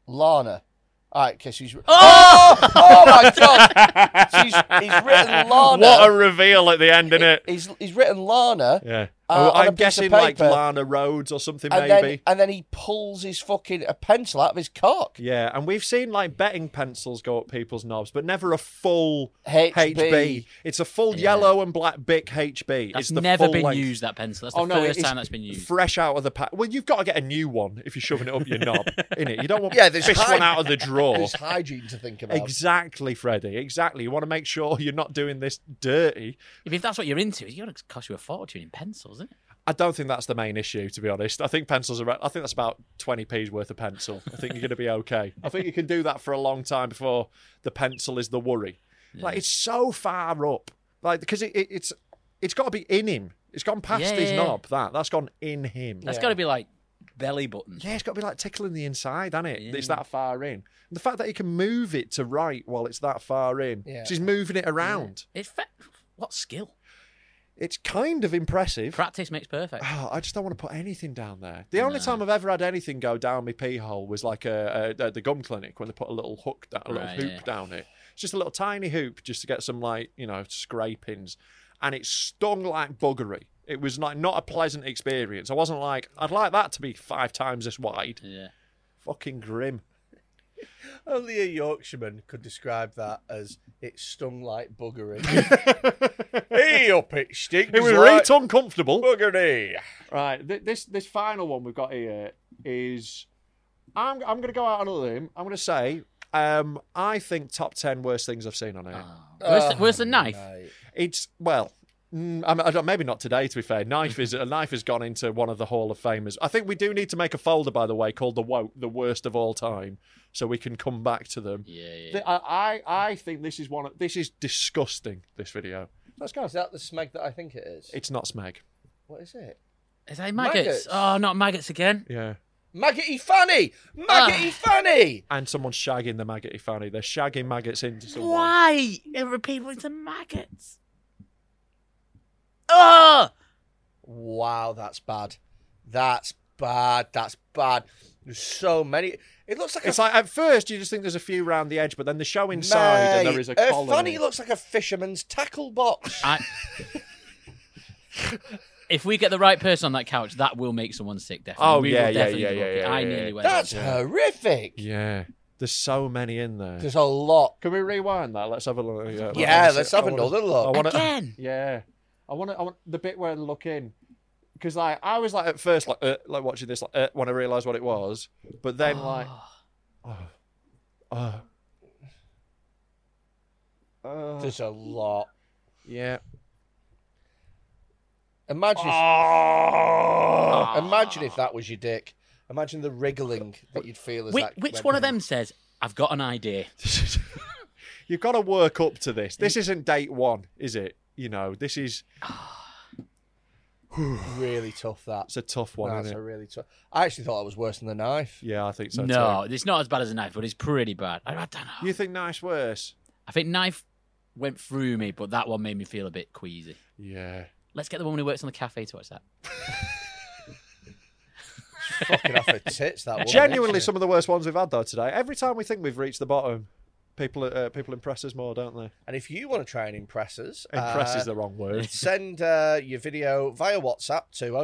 B: Lana. All right, okay, she's. Oh! oh my god! She's, he's written Lana.
C: What a reveal at the end, innit?
B: he's, he's written Lana.
C: uh, Yeah.
B: Uh,
C: Oh,
B: on a
C: I'm
B: piece
C: guessing
B: of
C: like
B: paper.
C: Lana Rhodes or something,
B: And
C: maybe.
B: then, and then he pulls his fucking a pencil out of his cock.
C: Yeah, and we've seen like betting pencils go up people's knobs, but never a full
B: HB.
C: HB. It's a full yellow and black big HB.
A: That's
C: it's the
A: never
C: full
A: been
C: length.
A: used. That pencil. That's the
C: Oh no,
A: first
C: it's
A: time that's been used.
C: Fresh out of the pack. Well, you've got to get a new one if you're shoving it up your knob, innit? You don't want
E: Yeah,
C: yeah,
E: there's
C: fish
E: hy-
C: one out of the drawer.
B: There's hygiene to think about.
C: Exactly, Freddie. Exactly. You want to make sure you're not doing this dirty.
A: if, if that's what you're into, it's going to cost you a fortune in pencils, isn't it?
C: I don't think that's the main issue, to be honest. I think pencils are. I think that's about twenty p's worth of pencil. I think you're going to be okay. I think you can do that for a long time before the pencil is the worry. Like it's so far up, like because it, it, it's it's got to be in him. It's gone past
A: Yeah,
C: his
A: yeah, yeah.
C: knob. That that's gone in him.
A: That's got to be like belly buttons.
C: Yeah, it's got to be like tickling the inside, hasn't it? It's that far in. And the fact that he can move it to right while it's that far in,
B: Yeah.
C: she's moving it around.
A: It's fe- what skill?
C: It's kind of impressive.
A: Practice makes perfect.
C: Oh, I just don't want to put anything down there. The only time I've ever had anything go down my pee hole was like a, a, at the gum clinic when they put a little hook, da- a little
A: Right,
C: hoop
A: yeah.
C: down it. It's just a little tiny hoop just to get some like you know scrapings, and it stung like buggery. It was like not a pleasant experience. I wasn't like I'd like that to be five times as wide.
A: Yeah.
C: Fucking grim.
B: Only a Yorkshireman could describe that as it stung like buggery. hey, up it stinks.
C: It was
B: like
C: right uncomfortable.
B: buggery.
C: Right, th- this this final one we've got here is I'm I'm going to go out on a limb. I'm going to say um, I think top ten worst things I've seen on it.
A: Where's, the, where's the knife?
C: It's well, mm, I mean, I don't- maybe not today. To be fair, knife is a knife has gone into one of the Hall of Famers. I think we do need to make a folder, by the way, called the woke, the worst of all time, so we can come back to them.
A: Yeah, yeah.
C: Th- I, I I think this is one. Of, this is disgusting. This video. Let's go.
B: Is that the smeg that I think it is?
C: It's not smeg.
B: What is it?
A: Is that maggots?
B: Maggots.
A: Oh, not maggots again.
C: Yeah.
B: Maggoty Fanny!
A: Ah.
B: Maggoty Fanny!
C: And someone's shagging the maggoty fanny. They're shagging maggots into someone.
A: Why are people into maggots? Oh,
B: Wow, that's bad. That's bad. That's bad. There's so many. It looks like
C: It's
B: a
C: like at first you just think there's a few round the edge, but then they show inside and
B: Mate,
C: there is a
B: uh,
C: colony.
B: Fanny looks like a fisherman's tackle box.
A: I. if we get the right person on that couch, that will make someone sick. Definitely.
C: Oh,
A: We
C: yeah,
A: will
C: yeah,
A: definitely
C: yeah,
A: be
C: yeah,
A: lucky.
C: yeah,
A: I
C: yeah,
A: nearly
C: yeah.
A: went.
B: That's
A: there.
B: horrific.
C: Yeah. There's so many in there.
B: There's a lot.
C: Can we rewind that? Let's have a look. Yeah,
B: Yeah,
C: wanna
B: let's
C: see-
B: have
C: I wanna-
B: another look.
C: I wanna-
A: Again?
C: Yeah, I want to. I want the bit where they look in, because like I was like at first like uh, like watching this like uh, when I realised what it was, but then like, oh, oh, uh,
B: There's a lot.
C: yeah.
B: Imagine.
C: Oh.
B: If,
A: Ah.
B: Imagine if that was your dick. Imagine the wriggling that you'd feel as
A: Which,
B: that
A: which
B: went
A: one of
B: in.
A: them says, "I've got an idea"?
C: You've got to work up to this. This isn't date one, is it? You know, this is
B: Really tough. That.
C: it's a tough one.
B: That's
C: isn't
B: a
C: it?
B: really tough. I actually thought that was worse than the knife.
C: Yeah, I think so.
A: no, it's not as bad as a knife, but it's pretty bad. I, I don't know.
C: too. you think nice worse?
A: I think knife went through me, but that one made me feel a bit queasy.
C: Yeah.
A: Let's get the woman who works on the cafe to watch that.
B: Fucking off her tits. That woman.
C: Genuinely,
B: isn't she?
C: some of the worst ones we've had though today. Every time we think we've reached the bottom, people uh, people impress us more, don't they?
B: And if you want to try and impress us,
C: Impress
B: uh,
C: is the wrong word.
B: send uh, your video via WhatsApp to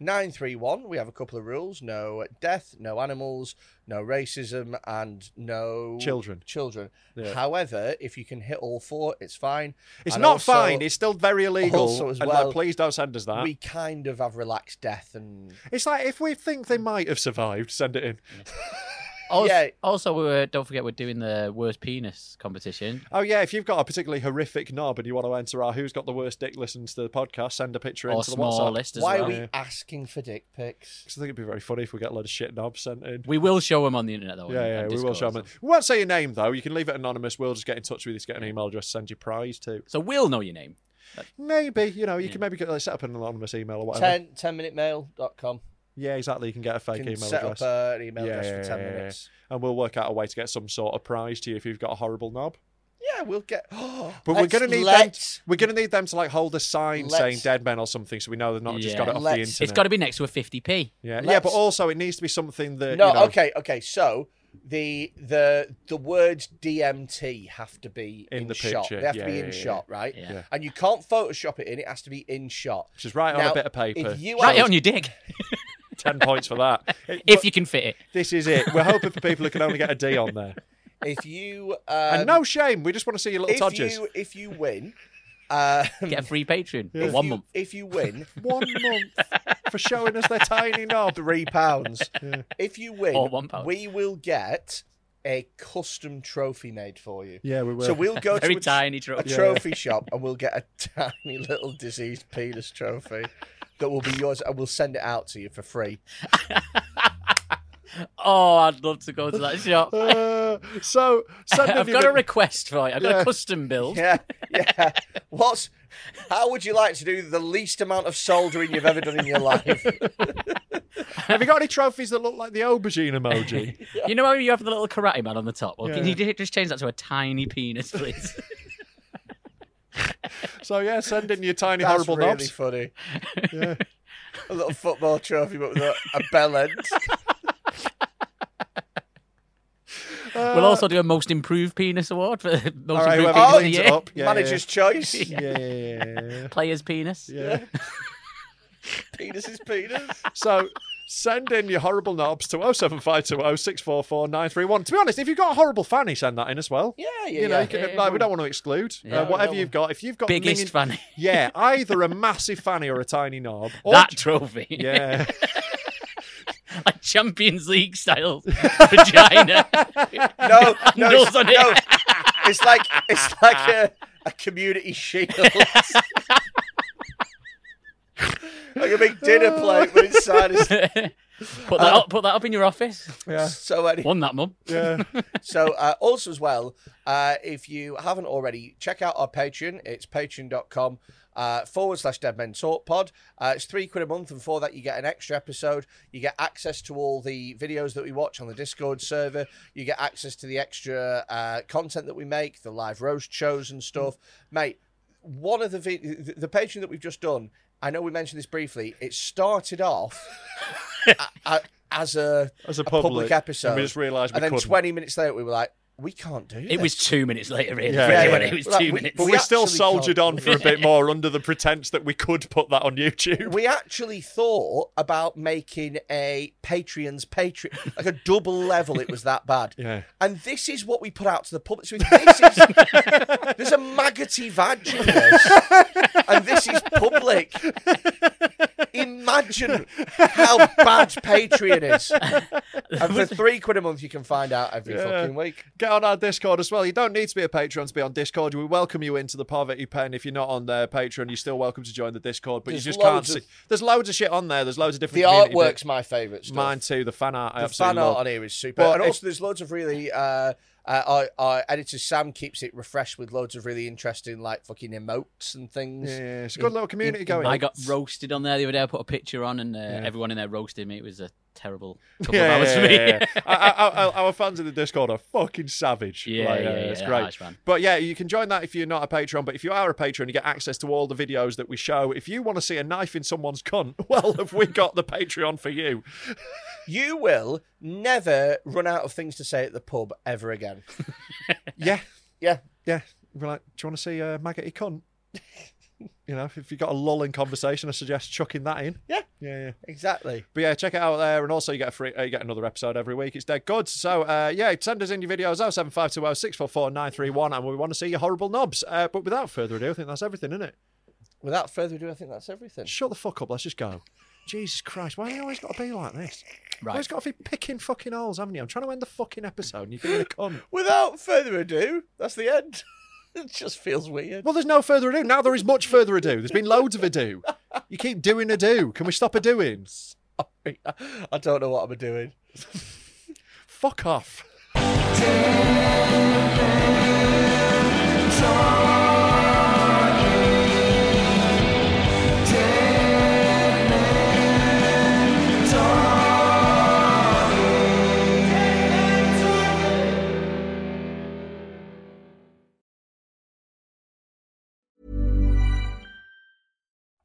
B: 07520644931. We have a couple of rules: no death, no animals, no racism, and no
C: Children.
B: Children.
C: Yeah.
B: However, if you can hit all four, it's fine.
C: It's
B: And
C: not
B: also,
C: fine. It's still very illegal.
B: also as
C: and, like,
B: well,
C: please don't send us that.
B: we kind of have relaxed death and
C: It's like if we think they might have survived, send it in.
A: Also,
B: Yeah.
A: also we were, don't forget we're doing the worst penis competition.
C: Oh yeah, if you've got a particularly horrific knob and you want to enter our "Who's Got the Worst Dick?" listens to the podcast, send a picture
A: Or
C: into the
A: small
C: WhatsApp.
A: list as
B: why
A: well.
B: are we
C: Yeah.
B: asking for dick pics?
C: 'Cause I think it'd be very funny if we get a load of shit knobs sent in.
A: We will show them on the internet though.
C: yeah,
A: and-
C: yeah,
A: and
C: we will
A: Discord
C: show
A: and
C: them.
A: stuff.
C: We won't say your name though. You can leave it anonymous. We'll just get in touch with you, just get an email address, send your prize to.
A: So we'll know your name.
C: Maybe you know you can maybe get, like, set up an anonymous email or whatever.
B: 10, 10minutemail.com.
C: Yeah, exactly. You can get a fake
B: You can
C: email
B: set
C: address.
B: up uh, an email
C: Yeah,
B: address
C: yeah,
B: for 10
C: yeah, yeah, yeah.
B: minutes.
C: and we'll work out a way to get some sort of prize to you if you've got a horrible knob.
B: Yeah, we'll get.
C: But
B: Let's-
C: we're gonna need
B: let's-
C: them. We're gonna need them to like hold a sign
B: Let's-
C: saying "dead men" or something, so we know they've not just got
A: Yeah.
C: it off the
B: Let's-
C: internet.
A: It's got to be next to a 50p.
C: yeah, yeah.
B: let's-
C: But also, it needs to be something that
B: No,
C: you know,
B: okay, okay. So the the the words DMT have to be
C: In
B: in,
C: the
B: shot.
C: picture.
B: They have
C: Yeah,
B: to be
C: yeah,
B: in
C: yeah,
B: shot, right?
A: Yeah. Yeah.
B: And you can't Photoshop it in. It has to be in shot.
C: Just write it on a
B: Now,
C: bit of paper.
B: If you
A: Write it
B: are-
A: on your dick
C: ten points for that. It-
A: Oh, if
C: but
A: you can fit it.
C: this is it. We're hoping for people who can only get a D on there.
B: if you um,
C: And no shame. We just want to see your little
B: if
C: todgers.
B: you if you win, um,
A: Get a free Patreon for
B: if
A: one
B: you-
A: month.
B: If you win,
C: One month for showing us their tiny knob.
B: three pounds. If you win,
A: Or one pound.
B: we will get a custom trophy made for you.
C: Yeah, we will.
B: So we'll go
A: Very
B: to a,
A: tiny
B: a
A: trophy.
B: trophy shop and we'll get a tiny little diseased penis trophy that will be yours and we'll send it out to you for free.
A: Oh, I'd love to go to that shop.
C: Uh, so send
A: I've
C: in
A: got a
C: your-
A: request for it. I've got
C: Yeah.
A: a custom build.
B: Yeah, yeah. What's how would you like to do the least amount of soldering you've ever done in your life?
C: Have you got any trophies that look like the aubergine emoji?
A: You know how you have the little karate man on the top? Well,
C: Yeah.
A: can you ju- just change that to a tiny penis, please?
C: So yeah, send in your tiny
B: That's
C: horrible
B: really
C: knobs.
B: funny. A little football trophy but with a, a bell end.
A: we'll also do a most improved penis award for most
C: All right,
A: improved penis of
C: whoever
A: the
C: cleans
A: year.
C: it up. Yeah,
B: Manager's choice.
C: Yeah, yeah, yeah, yeah, yeah.
A: Player's penis.
C: yeah.
B: Penis is penis.
C: So send in your horrible knobs to 07520 644 931. To be honest, if you've got a horrible fanny, send that in as well.
B: Yeah, yeah,
C: You know,
B: yeah.
C: you can,
A: Yeah,
C: like,
A: yeah,
C: we don't want to exclude uh,
A: Yeah.
C: whatever you've got. If you've got
A: Biggest
C: minging-
A: fanny.
C: yeah, either a massive fanny or a tiny knob. Or
A: That trophy.
C: yeah,
A: like Champions League style vagina.
B: No, no, it's,
A: Handles on it.
B: no. It's like it's like a, a community shield. like a big dinner plate, but inside is
A: put that
B: Uh,
A: up. Put that up in your office.
C: yeah,
B: so any
A: Won that, mum.
C: yeah.
B: So uh, also as well, uh, if you haven't already, check out our Patreon. It's patreon.com uh, forward slash Dead Men Talk Pod. Uh, it's three quid a month, and for that, you get an extra episode. You get access to all the videos that we watch on the Discord server. You get access to the extra uh, content that we make, the live roast shows and stuff. Mate, one of the vi- the the patron that we've just done. I know we mentioned this briefly. It started off a- a- as a
C: As a public, and we
B: episode.
C: just realised we
B: and then
C: couldn't.
B: twenty minutes later, we were like, we can't do.
A: It was
B: this.
A: two minutes later, really.
C: Yeah,
A: Yeah,
C: yeah, yeah.
A: It was
B: Well,
A: two
B: we-
A: minutes.
C: But
B: we
C: we, still
B: actually
C: soldiered
B: can't.
C: on for a bit more under the pretense that we could put that on YouTube.
B: we actually thought about making a Patreon's Patreon, like a double level. It was that bad.
C: Yeah.
B: And this is what we put out to the public. So this is, there's a maggoty vag in this, and this is public. Imagine how bad Patreon is. And for three quid a month, you can find out every
C: Yeah.
B: fucking week.
C: Get on our Discord as well. You don't need to be a patron to be on Discord. We welcome you into the poverty pen. If you're not on there, Patreon, you're still welcome to join the Discord. But
B: There's
C: you just can't
B: loads
C: see.
B: of-
C: There's loads of shit on there. There's loads of different.
B: The
C: community
B: artwork's
C: bits.
B: my favourite. stuff.
C: Mine too. The fan art. I
B: the
C: absolutely
B: fan art
C: love.
B: on here is super.
C: But
B: and
C: if-
B: also, there's loads of really. Uh, uh, our, our editor Sam keeps it refreshed with loads of really interesting, like fucking emotes and things.
C: Yeah, yeah, it's a good little community going.
A: I got roasted on there the other day. I put a picture on, and uh, everyone in there roasted me. It was a terrible couple
C: Yeah,
A: of hours
C: yeah,
A: for me.
C: yeah, yeah. Our- our- our fans in the Discord are fucking savage.
A: Yeah,
C: Like,
A: yeah, yeah,
C: it's
A: yeah,
C: great.
A: nice, man.
C: but yeah, you can join that if you're not a patron. But if you are a patron, you get access to all the videos that we show. If you want to see a knife in someone's cunt, well, have we got the Patreon for you?
B: You will never run out of things to say at the pub ever again.
C: Yeah,
B: Yeah,
C: yeah. We're like, do you want to see a maggoty cunt? You know, if you got a lull in conversation, I suggest chucking that in.
B: Yeah.
C: yeah, yeah.
B: exactly.
C: But yeah, check it out there, and also you get a free, uh, you get another episode every week. It's dead good. So uh, yeah, send us in your videos. 07520 644 931 and we want to see your horrible knobs. Uh, but without further ado, I think that's everything, isn't it?
B: Without further ado, I think that's everything.
C: Shut the fuck up. Let's just go. Jesus Christ, why have you always got to be like this? Right. Always got to be picking fucking holes, haven't you? I'm trying to end the fucking episode, and you're being a cunt.
B: Without further ado, that's the end. it just feels weird.
C: Well, there's no further ado. Now there is much further ado. There's been loads of ado. You keep doing ado. Can we stop a doing?
B: I don't know what I'm doing.
C: Fuck off.